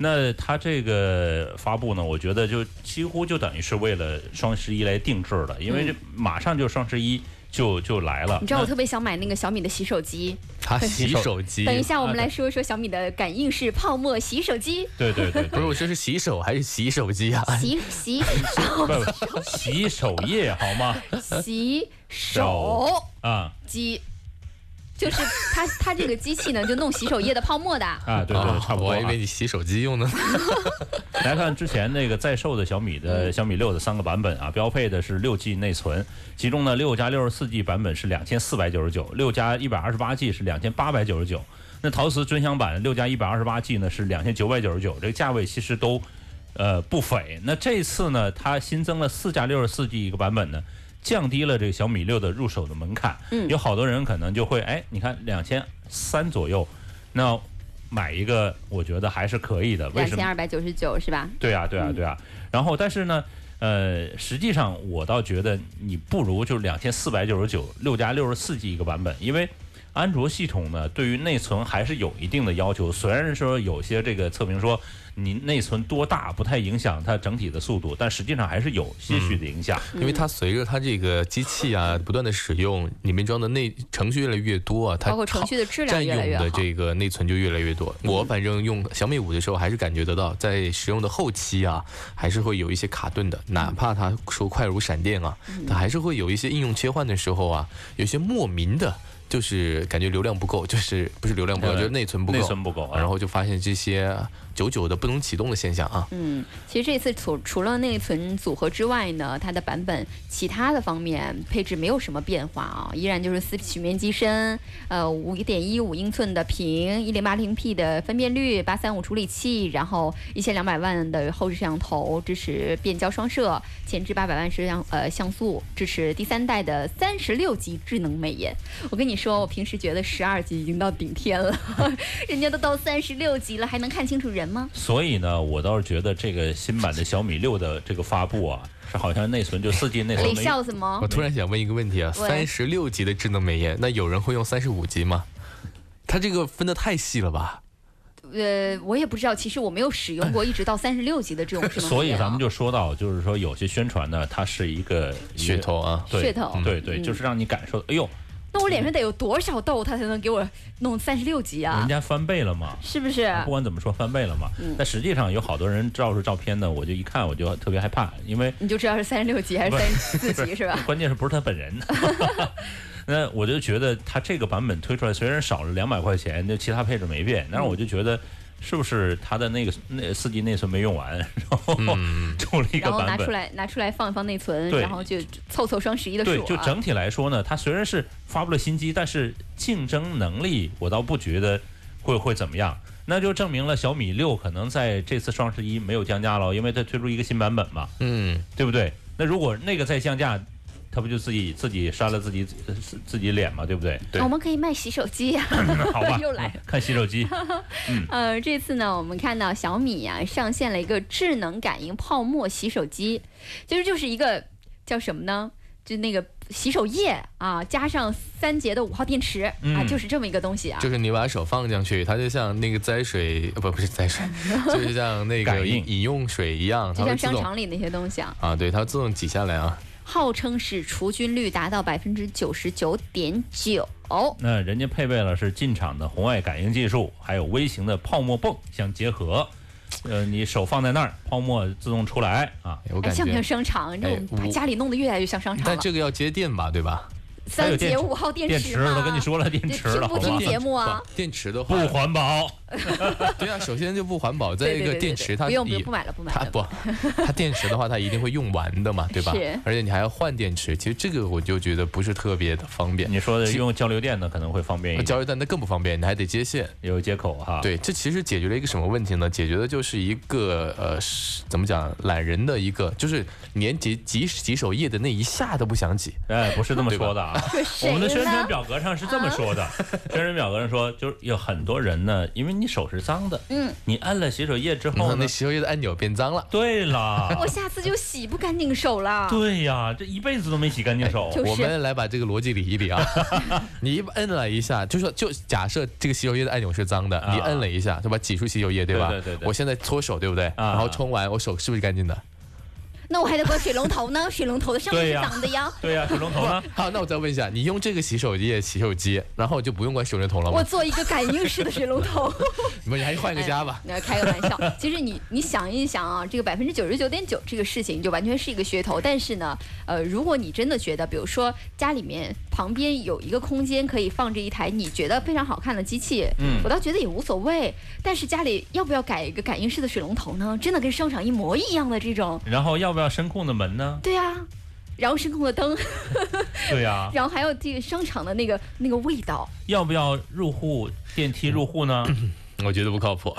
[SPEAKER 2] 那它这个发布呢，我觉得就几乎就等于是为了双十一来定制的，因为这马上就双十一就就来了。
[SPEAKER 3] 嗯你知道我
[SPEAKER 2] 那
[SPEAKER 3] 特别想买那个小米的洗手机，嗯
[SPEAKER 4] 它洗手机，
[SPEAKER 3] 等一下我们
[SPEAKER 2] 啊对
[SPEAKER 3] 来说一说小米的感应式泡沫洗手机，
[SPEAKER 2] 对对对，
[SPEAKER 4] 不是我说是洗手还是洗手机啊？
[SPEAKER 3] 洗洗
[SPEAKER 2] 不洗手液好吗？
[SPEAKER 3] 洗手
[SPEAKER 2] 啊
[SPEAKER 3] 机。就是它，它这个机器呢，就弄洗手液的泡沫的，
[SPEAKER 2] 啊，对对，差不多、
[SPEAKER 4] 哦我
[SPEAKER 2] 啊。
[SPEAKER 4] 还以为你洗手机用呢。
[SPEAKER 2] 来看之前那个在售的小米的小米六的三个版本啊，标配的是六 G 内存，其中呢六加六十四 G 版本是两千四百九十九，六加一百二十八 G 是两千八百九十九。那陶瓷尊享版六加一百二十八 G 呢是两千九百九十九，这个价位其实都呃不菲。那这次呢，它新增了四加六十四 G 一个版本呢。降低了这个小米六的入手的门槛，
[SPEAKER 3] 嗯
[SPEAKER 2] 有好多人可能就会，哎，你看两千三左右，那买一个，我觉得还是可以的。为
[SPEAKER 3] 两
[SPEAKER 2] 什么
[SPEAKER 3] 千？二百九十九是吧？
[SPEAKER 2] 对啊，对啊，对啊。然后，但是呢，呃，实际上我倒觉得你不如就是两千四百九十九六加六十四 G 一个版本，因为安卓系统呢对于内存还是有一定的要求。虽然说有些这个测评说你内存多大不太影响它整体的速度，但实际上还是有些许的影响。
[SPEAKER 3] 嗯
[SPEAKER 4] 因为它随着它这个机器啊不断的使用，里面装的内程序越来越多啊，它
[SPEAKER 3] 包括程序的质量越来越
[SPEAKER 4] 占
[SPEAKER 3] 好嗯
[SPEAKER 4] 用的这个内存就越来越多。我反正用小米五的时候还是感觉得到，在使用的后期啊，还是会有一些卡顿的，哪怕它说快如闪电啊，
[SPEAKER 3] 嗯
[SPEAKER 4] 它还是会有一些应用切换的时候啊，有些莫名的。就是感觉流量不够，就是不是流量不够，
[SPEAKER 2] 对
[SPEAKER 4] 就是内存不够，
[SPEAKER 2] 内存不够啊
[SPEAKER 4] 然后就发现这些久久的不能启动的现象啊。
[SPEAKER 3] 嗯，其实这次除除了内存组合之外呢，它的版本其他的方面配置没有什么变化啊、依然就是四曲面机身，呃，五点一五英寸的屏，一零八零 P 的分辨率，八三五处理器，然后一千两百万的后置摄像头，支持变焦双摄，前置八百万摄像呃像素，支持第三代的三十六级智能美颜。我跟你说，我平时觉得十二级已经到顶天了， 人家都到三十六级了，还能看清楚人吗？
[SPEAKER 2] 所以呢，我倒是觉得这个新版的小米六的这个发布啊，是好像内存就四 G 内存
[SPEAKER 3] 得
[SPEAKER 2] 哦没
[SPEAKER 3] 笑什么
[SPEAKER 4] 我？突然想问一个问题啊，
[SPEAKER 3] 喂
[SPEAKER 4] 三十六级的智能美颜，那有人会用三十五级吗？它这个分的太细了吧？
[SPEAKER 3] 呃，我也不知道，其实我没有使用过一 直到三十六级的这种智能
[SPEAKER 2] 所以
[SPEAKER 3] 电脑
[SPEAKER 2] 咱们就说到，就是说有些宣传呢，它是一个
[SPEAKER 4] 噱，头啊，
[SPEAKER 2] 对
[SPEAKER 3] 噱头嗯
[SPEAKER 2] 对对，就是让你感受，哎呦，
[SPEAKER 3] 那我脸上得有多少痘，它才能给我弄三十六级啊嗯
[SPEAKER 2] 人？家翻倍了嘛。
[SPEAKER 3] 是不是？
[SPEAKER 2] 不管怎么说，翻倍了嘛。但实际上有好多人照出照片呢，我就一看我就特别害怕，因为
[SPEAKER 3] 你就知道是三十六级还是
[SPEAKER 2] 不是
[SPEAKER 3] 三十 四级是吧？
[SPEAKER 2] 关键是不是他本人。 那我就觉得他这个版本推出来，虽然少了两百块钱，就其他配置没变，但是
[SPEAKER 3] 嗯
[SPEAKER 2] 我就觉得是不是他的那个那四 G 内存没用完，然后 出了一个
[SPEAKER 3] 嗯然后拿
[SPEAKER 2] 版
[SPEAKER 3] 出
[SPEAKER 2] 本。
[SPEAKER 3] 来拿出来放一放内存，
[SPEAKER 2] 对
[SPEAKER 3] 然后就凑凑双十一的
[SPEAKER 2] 对
[SPEAKER 3] 数，
[SPEAKER 2] 就
[SPEAKER 3] 啊。
[SPEAKER 2] 整体来说呢，它虽然是发布了新机，但是竞争能力我倒不觉得会会怎么样。那就证明了小米六可能在这次双十一没有降价了，因为它推出一个新版本嘛。
[SPEAKER 4] 嗯，
[SPEAKER 2] 对不对？那如果那个再降价，他不就自己自己扇了自己呃自自己脸嘛，对不对？
[SPEAKER 4] 对
[SPEAKER 3] 我们可以卖洗手机呀、，
[SPEAKER 2] 好吧
[SPEAKER 3] 又来了
[SPEAKER 2] 看洗手机，嗯
[SPEAKER 3] 呃，这次呢，我们看到小米啊上线了一个智能感应泡沫洗手机，其实就是一个叫什么呢？就那个洗手液啊，加上三节的五号电池、啊，
[SPEAKER 2] 嗯
[SPEAKER 3] 就是这么一个东西啊。
[SPEAKER 4] 就是你把手放进去，它就像那个栽水，呃不不是 栽水，就是像那个
[SPEAKER 2] 感应
[SPEAKER 4] 饮饮用水一样，它
[SPEAKER 3] 就像
[SPEAKER 4] 会自
[SPEAKER 3] 商
[SPEAKER 4] 动
[SPEAKER 3] 场里那些东西啊，
[SPEAKER 4] 啊，对，它会自动挤下来啊。
[SPEAKER 3] 号称是除菌率达到百分之九十九点九，
[SPEAKER 2] 那人家配备了是进场的红外感应技术，还有微型的泡沫泵相结合。呃，你手放在那儿，泡沫自动出来啊。
[SPEAKER 4] 哎我
[SPEAKER 3] 哎，
[SPEAKER 4] 感
[SPEAKER 3] 像不像
[SPEAKER 4] 觉，
[SPEAKER 3] 商场？这我们
[SPEAKER 4] 哎
[SPEAKER 3] 把
[SPEAKER 4] 我
[SPEAKER 3] 家里弄得越来越像商场
[SPEAKER 4] 但
[SPEAKER 3] 了。
[SPEAKER 4] 这个要接电吧，对吧？
[SPEAKER 2] 还
[SPEAKER 3] 三
[SPEAKER 2] 有电
[SPEAKER 3] 节
[SPEAKER 2] 池
[SPEAKER 3] 五号电
[SPEAKER 2] 电
[SPEAKER 3] 池
[SPEAKER 2] 池
[SPEAKER 3] 嘛，
[SPEAKER 2] 都跟你说了，电池了，
[SPEAKER 3] 这
[SPEAKER 2] 好
[SPEAKER 3] 听
[SPEAKER 2] 吧
[SPEAKER 3] 不？听节目啊
[SPEAKER 4] 不电池的话
[SPEAKER 2] 不，环保，
[SPEAKER 4] 对啊，首先就不环保，再
[SPEAKER 3] 对
[SPEAKER 4] 一
[SPEAKER 3] 对对
[SPEAKER 4] 个
[SPEAKER 3] 对
[SPEAKER 4] 电
[SPEAKER 3] 对
[SPEAKER 4] 池它
[SPEAKER 3] 不用不用
[SPEAKER 4] 也
[SPEAKER 3] 不买了不买
[SPEAKER 4] 它
[SPEAKER 3] 了。
[SPEAKER 4] 不， 它电池的话，它一定会用完的嘛，对吧
[SPEAKER 3] 是？
[SPEAKER 4] 而且你还要换电池，其实这个我就觉得不是特别的方便。呃
[SPEAKER 2] 你说的用交流电呢，可能会方便一
[SPEAKER 4] 交
[SPEAKER 2] 点，
[SPEAKER 4] 流电那更不方便，你还得接线。
[SPEAKER 2] 有接口
[SPEAKER 3] 啊
[SPEAKER 2] 哈。，
[SPEAKER 4] 对，这其实解决了一个什么问题呢？解决的就是一个呃，是怎么讲，懒人的一个，就是连挤挤洗手液的那一下都不想挤。
[SPEAKER 2] 哎，不是这么说的啊。
[SPEAKER 3] 谁
[SPEAKER 2] 我们的宣传
[SPEAKER 3] 呢啊
[SPEAKER 2] 表格上是这么说的，宣传表格上说，就是有很多人呢，因为你手是脏的，
[SPEAKER 3] 嗯，
[SPEAKER 2] 你按了洗手液之
[SPEAKER 4] 然
[SPEAKER 2] 后
[SPEAKER 4] 后
[SPEAKER 2] 呢
[SPEAKER 4] 那，洗手液的按钮变脏了。
[SPEAKER 2] 对啦
[SPEAKER 3] 我，下次就洗不干净手了。
[SPEAKER 2] 对呀，这一辈子都没洗干净手，
[SPEAKER 3] 就是
[SPEAKER 4] 我们来把这个逻辑理 一理啊，你一摁了一下，就说就假设这个洗手液的按钮是脏的，
[SPEAKER 2] 啊
[SPEAKER 4] 你摁了一下，对吧？挤出洗手液，吧？
[SPEAKER 2] 对对对对
[SPEAKER 4] 我现在搓手，对不对？
[SPEAKER 3] 啊
[SPEAKER 4] 然后冲完，我手是不是干净的？
[SPEAKER 3] 那我还得关水龙头呢，水龙头的上面
[SPEAKER 2] 对
[SPEAKER 3] 是
[SPEAKER 2] 呀
[SPEAKER 3] 脏的呀。
[SPEAKER 2] 对呀，水龙头呢？
[SPEAKER 4] 好，那我再问一下，你用这个洗手液、洗手机，然后就不用关水龙头了
[SPEAKER 3] 我
[SPEAKER 4] 吗？
[SPEAKER 3] 做一个感应式的水龙头，
[SPEAKER 4] 你们还是换个家吧。
[SPEAKER 3] 那哎开个玩笑。其实你你想一想啊，这个百分之九十九点九这个事情就完全是一个噱头。但是呢，呃，如果你真的觉得，比如说家里面旁边有一个空间可以放置一台你觉得非常好看的机器，
[SPEAKER 2] 嗯
[SPEAKER 3] 我倒觉得也无所谓。但是家里要不要改一个感应式的水龙头呢？真的跟商场一模一样的这种，
[SPEAKER 2] 然后要不要声控的门呢？
[SPEAKER 3] 对啊，然后声控的灯，
[SPEAKER 2] 对呀，
[SPEAKER 3] 然后还有这个商场的那个那个味道，
[SPEAKER 2] 要不要入户电梯入户 呢？
[SPEAKER 4] 我觉得不靠谱，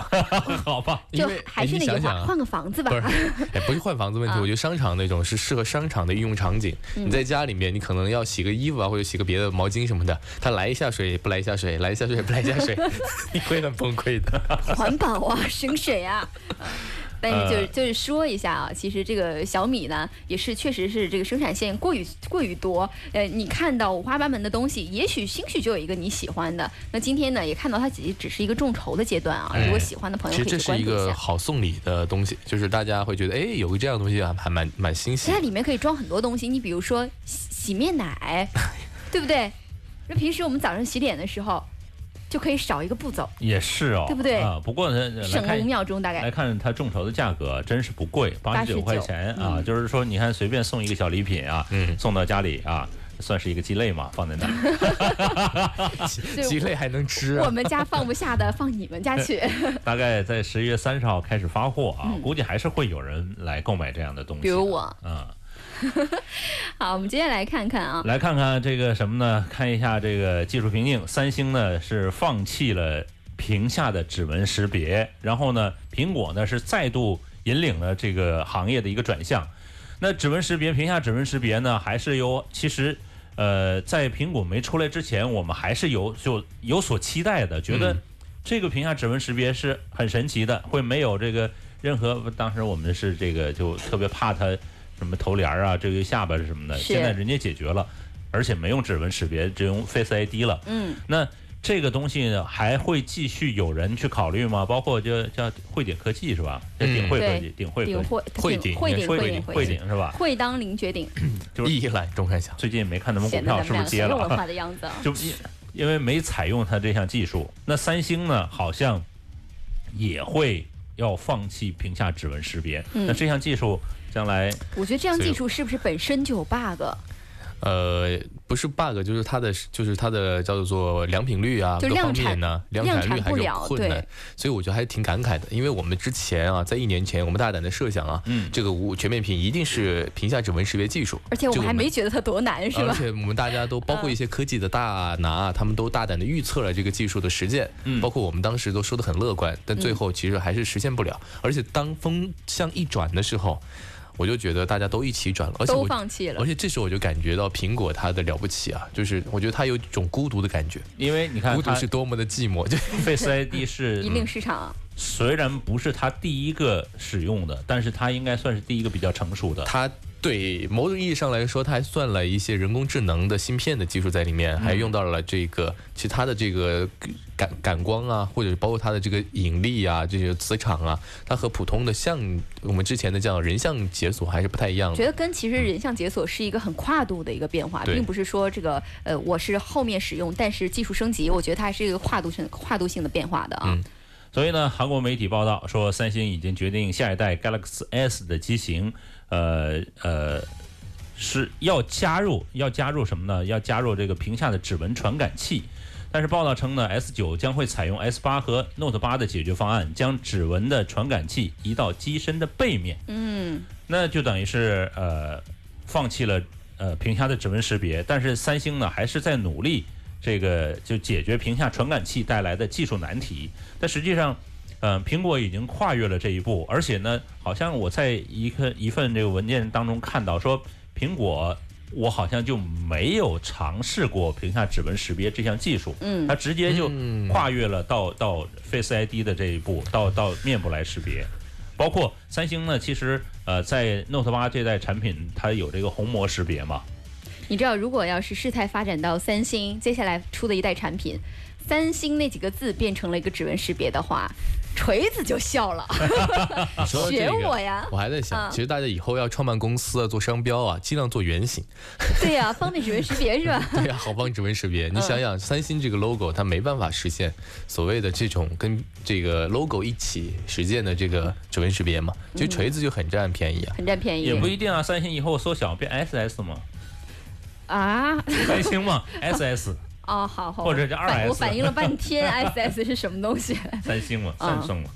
[SPEAKER 2] 好吧，
[SPEAKER 4] 因
[SPEAKER 3] 哎就
[SPEAKER 4] 为
[SPEAKER 3] 还
[SPEAKER 4] 哎
[SPEAKER 3] 是
[SPEAKER 4] 你
[SPEAKER 3] 那句
[SPEAKER 4] 想
[SPEAKER 3] 话，
[SPEAKER 4] 想啊
[SPEAKER 3] 换个房子吧
[SPEAKER 4] 不。是，哎，不是换房子问题，
[SPEAKER 3] 啊嗯
[SPEAKER 4] 我觉得商场那种是适合商场的应用场景。你在家里面，你可能要洗个衣服啊，或者洗个别的毛巾什么的，它来一下水不来一下水，来一下水不来一下 水，你会很崩溃的。
[SPEAKER 3] 环保啊，省水 啊。但是
[SPEAKER 4] 呃
[SPEAKER 3] 就是就是说一下啊，其实这个小米呢，也是确实是这个生产线过于过于多。呃，你看到五花八门的东西，也许兴许就有一个你喜欢的。那今天呢，也看到它只只是一个众筹的阶段啊。
[SPEAKER 4] 哎
[SPEAKER 3] 如果喜欢的朋
[SPEAKER 4] 其
[SPEAKER 3] 友
[SPEAKER 4] 实
[SPEAKER 3] 可
[SPEAKER 4] 这
[SPEAKER 3] 以去
[SPEAKER 4] 是
[SPEAKER 3] 关
[SPEAKER 4] 一
[SPEAKER 3] 注一
[SPEAKER 4] 个
[SPEAKER 3] 下。
[SPEAKER 4] 好送礼的东西，就是大家会觉得，哎，有个这样的东西啊，还蛮蛮新
[SPEAKER 3] 其
[SPEAKER 4] 鲜
[SPEAKER 3] 实它。里面可以装很多东西，你比如说洗洗面奶，对不对？那平时我们早上洗脸的时候，就可以少一个步骤，
[SPEAKER 2] 也是哦，
[SPEAKER 3] 对不对
[SPEAKER 2] 啊，不过呢，来
[SPEAKER 3] 省了
[SPEAKER 2] 看
[SPEAKER 3] 五秒钟大概
[SPEAKER 2] 来。看它众筹的价格，真是不贵，八十九
[SPEAKER 3] 89
[SPEAKER 2] 块钱啊，
[SPEAKER 3] 嗯
[SPEAKER 2] 就是说你看随便送一个小礼品啊，
[SPEAKER 4] 嗯
[SPEAKER 2] 送到家里啊，算是一个鸡肋嘛，放在那儿。
[SPEAKER 3] 啊对
[SPEAKER 4] 鸡肋还能吃
[SPEAKER 3] 我
[SPEAKER 4] 啊？
[SPEAKER 3] 们家放不下的，放你们家去。
[SPEAKER 2] 大概在十一月三十号开始发货啊，估计还是会有人来购买这样的东西的。
[SPEAKER 3] 比如我
[SPEAKER 2] 嗯，
[SPEAKER 3] 好，我们接下来看看啊，
[SPEAKER 2] 来看看这个什么呢？看一下这个技术瓶颈，三星呢是放弃了屏下的指纹识别，然后呢，苹果呢是再度引领了这个行业的一个转向。那指纹识别，屏下指纹识别呢，还是由其实。呃，在苹果没出来之前，我们还是有就有所期待的，觉得
[SPEAKER 4] 嗯
[SPEAKER 2] 这个屏下指纹识别是很神奇的，会没有这个任何。当时我们是这个就特别怕它什么头帘儿啊，这个下巴是什么的，
[SPEAKER 3] 是
[SPEAKER 2] 现在人家解决了，而且没用指纹识别，只用 Face ID 了。
[SPEAKER 3] 嗯，
[SPEAKER 2] 那这个东西呢还会继续有人去考虑吗？包括就叫汇点科技是吧？叫
[SPEAKER 4] 嗯
[SPEAKER 2] 鼎汇科技
[SPEAKER 3] 对，
[SPEAKER 2] 鼎汇科
[SPEAKER 3] 顶
[SPEAKER 2] 技，
[SPEAKER 3] 会会
[SPEAKER 4] 会顶应
[SPEAKER 3] 顶
[SPEAKER 4] 该
[SPEAKER 2] 汇
[SPEAKER 3] 会
[SPEAKER 2] 鼎
[SPEAKER 3] 顶
[SPEAKER 2] 汇
[SPEAKER 3] 会顶，
[SPEAKER 2] 鼎是吧？
[SPEAKER 3] 会当凌 绝顶，
[SPEAKER 2] 就是
[SPEAKER 4] 一览众山小。
[SPEAKER 2] 最近没看他们股
[SPEAKER 3] 显得
[SPEAKER 2] 票
[SPEAKER 3] 咱
[SPEAKER 2] 是
[SPEAKER 3] 们
[SPEAKER 2] 不
[SPEAKER 3] 俩
[SPEAKER 2] 是
[SPEAKER 3] 很
[SPEAKER 2] 跌
[SPEAKER 3] 有
[SPEAKER 2] 了
[SPEAKER 3] 文
[SPEAKER 2] 啊，
[SPEAKER 3] 化的样子啊。
[SPEAKER 2] 就因因为没采用它这项技术。那三星呢，好像也会要放弃屏下指纹识别。
[SPEAKER 3] 嗯
[SPEAKER 2] 那这项技术将来
[SPEAKER 3] 我觉得这样
[SPEAKER 4] 所以
[SPEAKER 3] 技术是不是本身就有 bug？
[SPEAKER 4] 呃，不是 bug，就是它的，就是它的叫做良品率啊，
[SPEAKER 3] 就
[SPEAKER 4] 各方
[SPEAKER 3] 量产
[SPEAKER 4] 面呢，量
[SPEAKER 3] 量
[SPEAKER 4] 产率
[SPEAKER 3] 产
[SPEAKER 4] 还
[SPEAKER 3] 不
[SPEAKER 4] 是有
[SPEAKER 3] 了
[SPEAKER 4] 困难
[SPEAKER 3] 对，
[SPEAKER 4] 所以我觉得还挺感慨的。因为我们之前啊，在一年前，我们大胆的设想啊，
[SPEAKER 2] 嗯
[SPEAKER 4] 这个无全面屏一定是屏下指纹识别技术，
[SPEAKER 3] 而且我
[SPEAKER 4] 就
[SPEAKER 3] 们还没觉得它多难，是
[SPEAKER 4] 啊而
[SPEAKER 3] 吧？
[SPEAKER 4] 且我们大家都包括一些科技的大拿啊，他们都大胆的预测了这个技术的实践，
[SPEAKER 2] 嗯
[SPEAKER 4] 包括我们当时都说的很乐观，但
[SPEAKER 3] 嗯
[SPEAKER 4] 最后其实还是实现不了。而且当风向一转的时候，我就觉得大家都一起转了，而 且
[SPEAKER 3] 都
[SPEAKER 4] 我
[SPEAKER 3] 放弃了
[SPEAKER 4] 而。且这时候我就感觉到苹果它的了不起啊，就是我觉得它有一种孤独的感觉，
[SPEAKER 2] 因为你看
[SPEAKER 4] 孤独
[SPEAKER 2] 它
[SPEAKER 4] 是多么的寂寞。就
[SPEAKER 2] Face ID 是嗯
[SPEAKER 3] 引领市场
[SPEAKER 4] 嗯
[SPEAKER 3] 啊，
[SPEAKER 2] 虽然不是它第一个使用的，但是它应该算是第一个比较成熟的。
[SPEAKER 4] 它对某种意义上来说，它还算了一些人工智能的芯片的技术在里面，还用到了这个其他的这个感感光啊，或者包括它的这个引力啊，这些磁场啊，它和普通的像我们之前的这样人像解锁还是不太一样
[SPEAKER 3] 觉
[SPEAKER 4] 的。
[SPEAKER 3] 得跟其实人像解锁是一个很跨度的一个变化，
[SPEAKER 4] 对
[SPEAKER 3] 并不是说这个呃我是后面使用，但是技术升级，我觉得它还是一个跨度性跨度性的变化的啊。
[SPEAKER 4] 嗯
[SPEAKER 2] 所以呢，韩国媒体报道说，三星已经决定下一代 Galaxy S 的机型，呃呃，是要加入要加入什么呢？要加入这个屏下的指纹传感器。但是报道称呢，S 9将会采用 S 8和 Note 8的解决方案，将指纹的传感器移到机身的背面。
[SPEAKER 3] 嗯，
[SPEAKER 2] 那就等于是呃，放弃了呃屏下的指纹识别，但是三星呢还是在努力这个就解决屏下传感器带来的技术难题。但实际上，嗯、苹果已经跨越了这一步，而且呢，好像我在一个一份这个文件当中看到说，苹果我好像就没有尝试过屏下指纹识别这项技术，
[SPEAKER 3] 嗯
[SPEAKER 2] 它直接就
[SPEAKER 4] 嗯
[SPEAKER 2] 跨越了到到 Face ID 的这一步，到到面部来识别。包括三星呢，其实呃，在 Note 八这代产品，它有这个虹膜识别嘛，
[SPEAKER 3] 你知道如果要是事态发展到三星接下来出的一代产品，三星那几个字变成了一个指纹识别的话，锤子就笑了，
[SPEAKER 4] 你说到这
[SPEAKER 3] 学
[SPEAKER 4] 个
[SPEAKER 3] 我呀
[SPEAKER 4] 我还在想，
[SPEAKER 3] 啊
[SPEAKER 4] 其实大家以后要创办公司啊，做商标啊，尽量做圆形。
[SPEAKER 3] 对呀、方便指纹识别是 吧？
[SPEAKER 4] 对呀、好棒指纹识别。
[SPEAKER 2] 嗯
[SPEAKER 4] 你想想，三星这个 logo 它没办法实现所谓的这种跟这个 logo 一起实现的这个指纹识别嘛？其实
[SPEAKER 2] 嗯
[SPEAKER 4] 锤子就很占便宜啊。
[SPEAKER 3] 很占便
[SPEAKER 2] 也不
[SPEAKER 3] 宜
[SPEAKER 2] 一定啊。三星以后缩小变 SS 嘛，
[SPEAKER 3] 啊。
[SPEAKER 2] 三星嘛，SS
[SPEAKER 3] 哦，好好，
[SPEAKER 2] 或者是
[SPEAKER 3] 我
[SPEAKER 2] 2S
[SPEAKER 3] 反我反应 了半天，SS 是什么东西？
[SPEAKER 2] 三星嘛，
[SPEAKER 3] 啊
[SPEAKER 2] 三星嘛，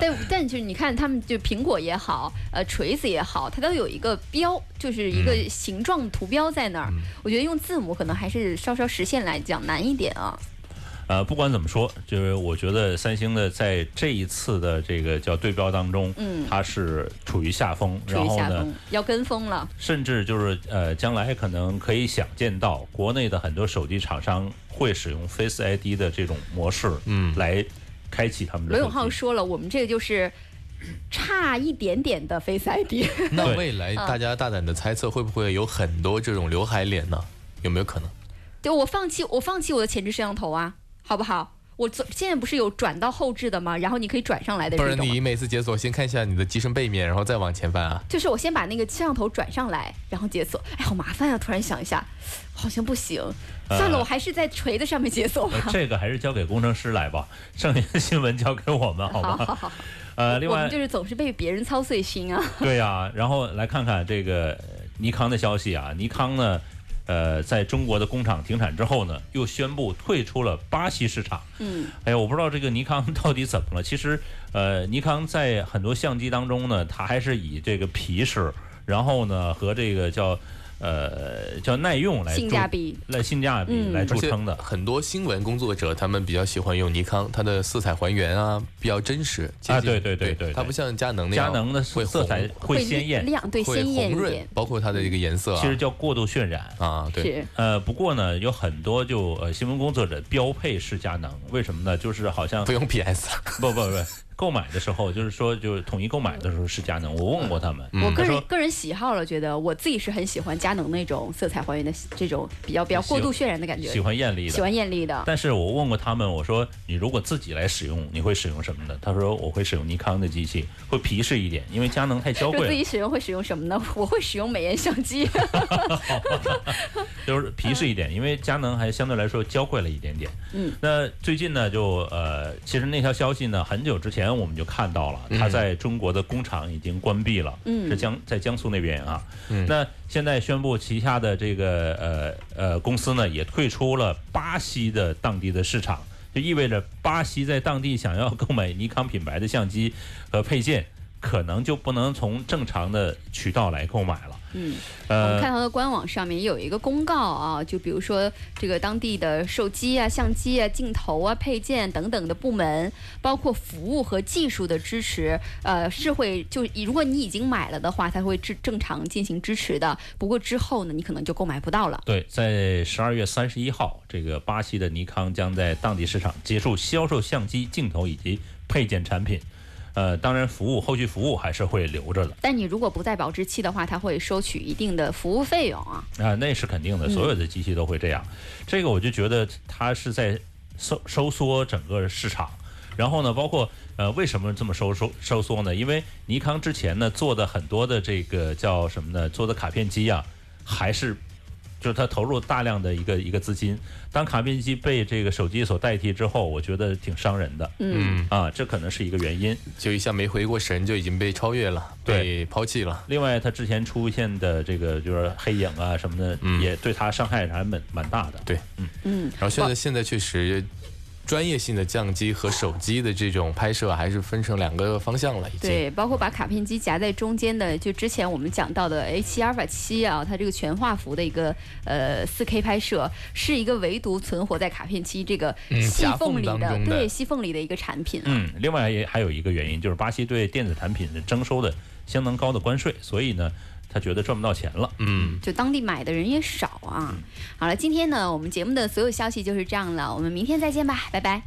[SPEAKER 3] 但但就是你看，他们就苹果也好，呃，锤子也好，它都有一个标，就是一个
[SPEAKER 2] 嗯
[SPEAKER 3] 形状图标在那儿。我觉得用字母可能还是稍稍实现来讲难一点啊。
[SPEAKER 2] 呃，不管怎么说，就是我觉得三星的在这一次的这个叫对标当中，
[SPEAKER 3] 嗯
[SPEAKER 2] 它是处于下风，
[SPEAKER 3] 处
[SPEAKER 2] 然
[SPEAKER 3] 于
[SPEAKER 2] 后
[SPEAKER 3] 下
[SPEAKER 2] 呢
[SPEAKER 3] 风，，要跟风了。
[SPEAKER 2] 甚至就是呃，将来可能可以想见到国内的很多手机厂商会使用 Face ID 的这种模式，
[SPEAKER 4] 嗯
[SPEAKER 2] 来开启他们的
[SPEAKER 3] 罗
[SPEAKER 2] 手机。
[SPEAKER 3] 永浩说了，我们这个就是差一点点的 Face ID。
[SPEAKER 4] 那
[SPEAKER 2] 对嗯
[SPEAKER 4] 未来大家大胆的猜测，会不会有很多这种刘海脸呢？有没有可能？
[SPEAKER 3] 就我放弃，我放弃我的前置摄像头啊，好不好？我昨现在不是有转到后置的吗？然后你可以转上来的
[SPEAKER 4] 不
[SPEAKER 3] 这
[SPEAKER 4] 然
[SPEAKER 3] 种啊。
[SPEAKER 4] 你每次解锁先看一下你的机身背面，然后再往前翻啊。
[SPEAKER 3] 就是我先把那个摄像头转上来，然后解锁。哎，好麻烦啊！突然想一下，好像不行。算了，我还是在锤子上面解锁吧。
[SPEAKER 2] 呃这个还是交给工程师来吧，剩下的新闻交给我们，好吧？
[SPEAKER 3] 好好好，
[SPEAKER 2] 呃，另
[SPEAKER 3] 我
[SPEAKER 2] 外
[SPEAKER 3] 们就是总是被别人操碎心啊。
[SPEAKER 2] 对呀、然后来看看这个呃尼康的消息啊，尼康呢，呃，在中国的工厂停产之后呢，又宣布退出了巴西市场。
[SPEAKER 3] 嗯，
[SPEAKER 2] 哎呀，我不知道这个尼康到底怎么了。其实，呃，尼康在很多相机当中呢，它还是以这个皮式，然后呢和这个叫呃叫耐用来
[SPEAKER 3] 性
[SPEAKER 2] 著
[SPEAKER 3] 价比
[SPEAKER 2] 来性价比
[SPEAKER 3] 嗯
[SPEAKER 2] 来著
[SPEAKER 4] 而且
[SPEAKER 2] 称的。
[SPEAKER 4] 很多新闻工作者他们比较喜欢用尼康，它的色彩还原啊比较真实。接
[SPEAKER 2] 啊
[SPEAKER 4] 近
[SPEAKER 2] 对对对对对
[SPEAKER 4] 它不像佳能那
[SPEAKER 2] 佳
[SPEAKER 4] 样，
[SPEAKER 2] 能的
[SPEAKER 4] 会
[SPEAKER 2] 色彩会鲜艳，
[SPEAKER 3] 亮，对，
[SPEAKER 4] 会
[SPEAKER 3] 鲜艳
[SPEAKER 4] 红
[SPEAKER 3] 一
[SPEAKER 4] 润
[SPEAKER 3] 点，，
[SPEAKER 4] 包括它的一个颜色啊。
[SPEAKER 2] 其实叫过度渲染。
[SPEAKER 4] 啊，对，
[SPEAKER 3] 是
[SPEAKER 2] 呃，不过呢，有很多就呃新闻工作者标配是佳能，为什么呢？就是好像
[SPEAKER 4] 不用 PS 了。
[SPEAKER 2] 不不不，购买的时候就是说，就是统一购买的时候是佳能。我问过他们，
[SPEAKER 3] 我个
[SPEAKER 2] 他
[SPEAKER 3] 人
[SPEAKER 2] 说
[SPEAKER 3] 个人喜好了，觉得我自己是很喜欢佳能那种色彩还原的这种比较比较
[SPEAKER 2] 喜
[SPEAKER 3] 过度渲染的感觉，
[SPEAKER 2] 喜欢艳丽
[SPEAKER 3] 喜
[SPEAKER 2] 的。
[SPEAKER 3] 欢艳丽的。
[SPEAKER 2] 但是我问过他们，我说你如果自己来使用，你会使用什么呢？他说我会使用尼康的机器，会皮实一点，因为佳能太娇
[SPEAKER 3] 说
[SPEAKER 2] 贵
[SPEAKER 3] 自己
[SPEAKER 2] 了，
[SPEAKER 3] 使用会使用什么呢？ 我会使用美颜相机，
[SPEAKER 2] 就是皮实一点，因为佳能还相对来说娇贵了一点点。
[SPEAKER 3] 嗯，
[SPEAKER 2] 那最近呢，就呃，其实那条消息呢，很久之前我们就看到了，它在中国的工厂已经关闭了，
[SPEAKER 3] 嗯
[SPEAKER 2] 是江在江苏那边啊。
[SPEAKER 4] 嗯
[SPEAKER 2] 那现在宣布旗下的这个呃呃公司呢，也退出了巴西的当地的市场，就意味着巴西在当地想要购买尼康品牌的相机和配件，可能就不能从正常的渠道来购买了。
[SPEAKER 3] 嗯。我们
[SPEAKER 2] 呃，
[SPEAKER 3] 看到的官网上面有一个公告啊，就比如说这个当地的手机啊、相机啊、镜头啊、配件等等的部门，包括服务和技术的支持，呃，是会就如果你已经买了的话，它会正正常进行支持的。不过之后呢，你可能就购买不到了。
[SPEAKER 2] 对，在十二月三十一号，这个巴西的尼康将在当地市场结束销售相机、镜头以及配件产品。呃，当然，服务后续服务还是会留着的
[SPEAKER 3] 但你如果不在保质期的话，它会收取一定的服务费用啊。
[SPEAKER 2] 啊、那是肯定的，所有的机器都会这样。这个我就觉得它是在收收缩整个市场。然后呢，包括呃，为什么这么收收收缩呢？因为尼康之前呢做的很多的这个叫什么呢？做的卡片机啊，还是就是它投入大量的一个一个资金。当卡片机被这个手机所代替之后，我觉得挺伤人的
[SPEAKER 3] 嗯，
[SPEAKER 2] 啊，这可能是一个原因。
[SPEAKER 4] 就一下没回过神就已经被超越了，
[SPEAKER 2] 对
[SPEAKER 4] 被抛弃了。
[SPEAKER 2] 另外，它之前出现的这个就是黑影啊什么的，也对它伤害还蛮蛮大的。
[SPEAKER 4] 对，
[SPEAKER 3] 嗯，
[SPEAKER 4] 然后现在现在确实，专业性的相机和手机的这种拍摄还是分成两个方向了，已经。
[SPEAKER 3] 对，包括把卡片机夹在中间的，就之前我们讲到的 A 7阿尔法七啊，它这个全画幅的一个呃4 K 拍摄，是一个唯独存活在卡片机这个
[SPEAKER 4] 嗯
[SPEAKER 3] 细
[SPEAKER 4] 夹
[SPEAKER 3] 缝
[SPEAKER 4] 缝
[SPEAKER 3] 里
[SPEAKER 4] 当
[SPEAKER 3] 的，
[SPEAKER 4] 中的
[SPEAKER 3] 对细缝里的一个产品。啊
[SPEAKER 2] 嗯，另外也还有一个原因就是巴西对电子产品是征收的相当高的关税，所以呢，他觉得赚不到钱了。
[SPEAKER 4] 嗯，
[SPEAKER 3] 就当地买的人也少啊。好了，今天呢，我们节目的所有消息就是这样了，我们明天再见吧，拜拜。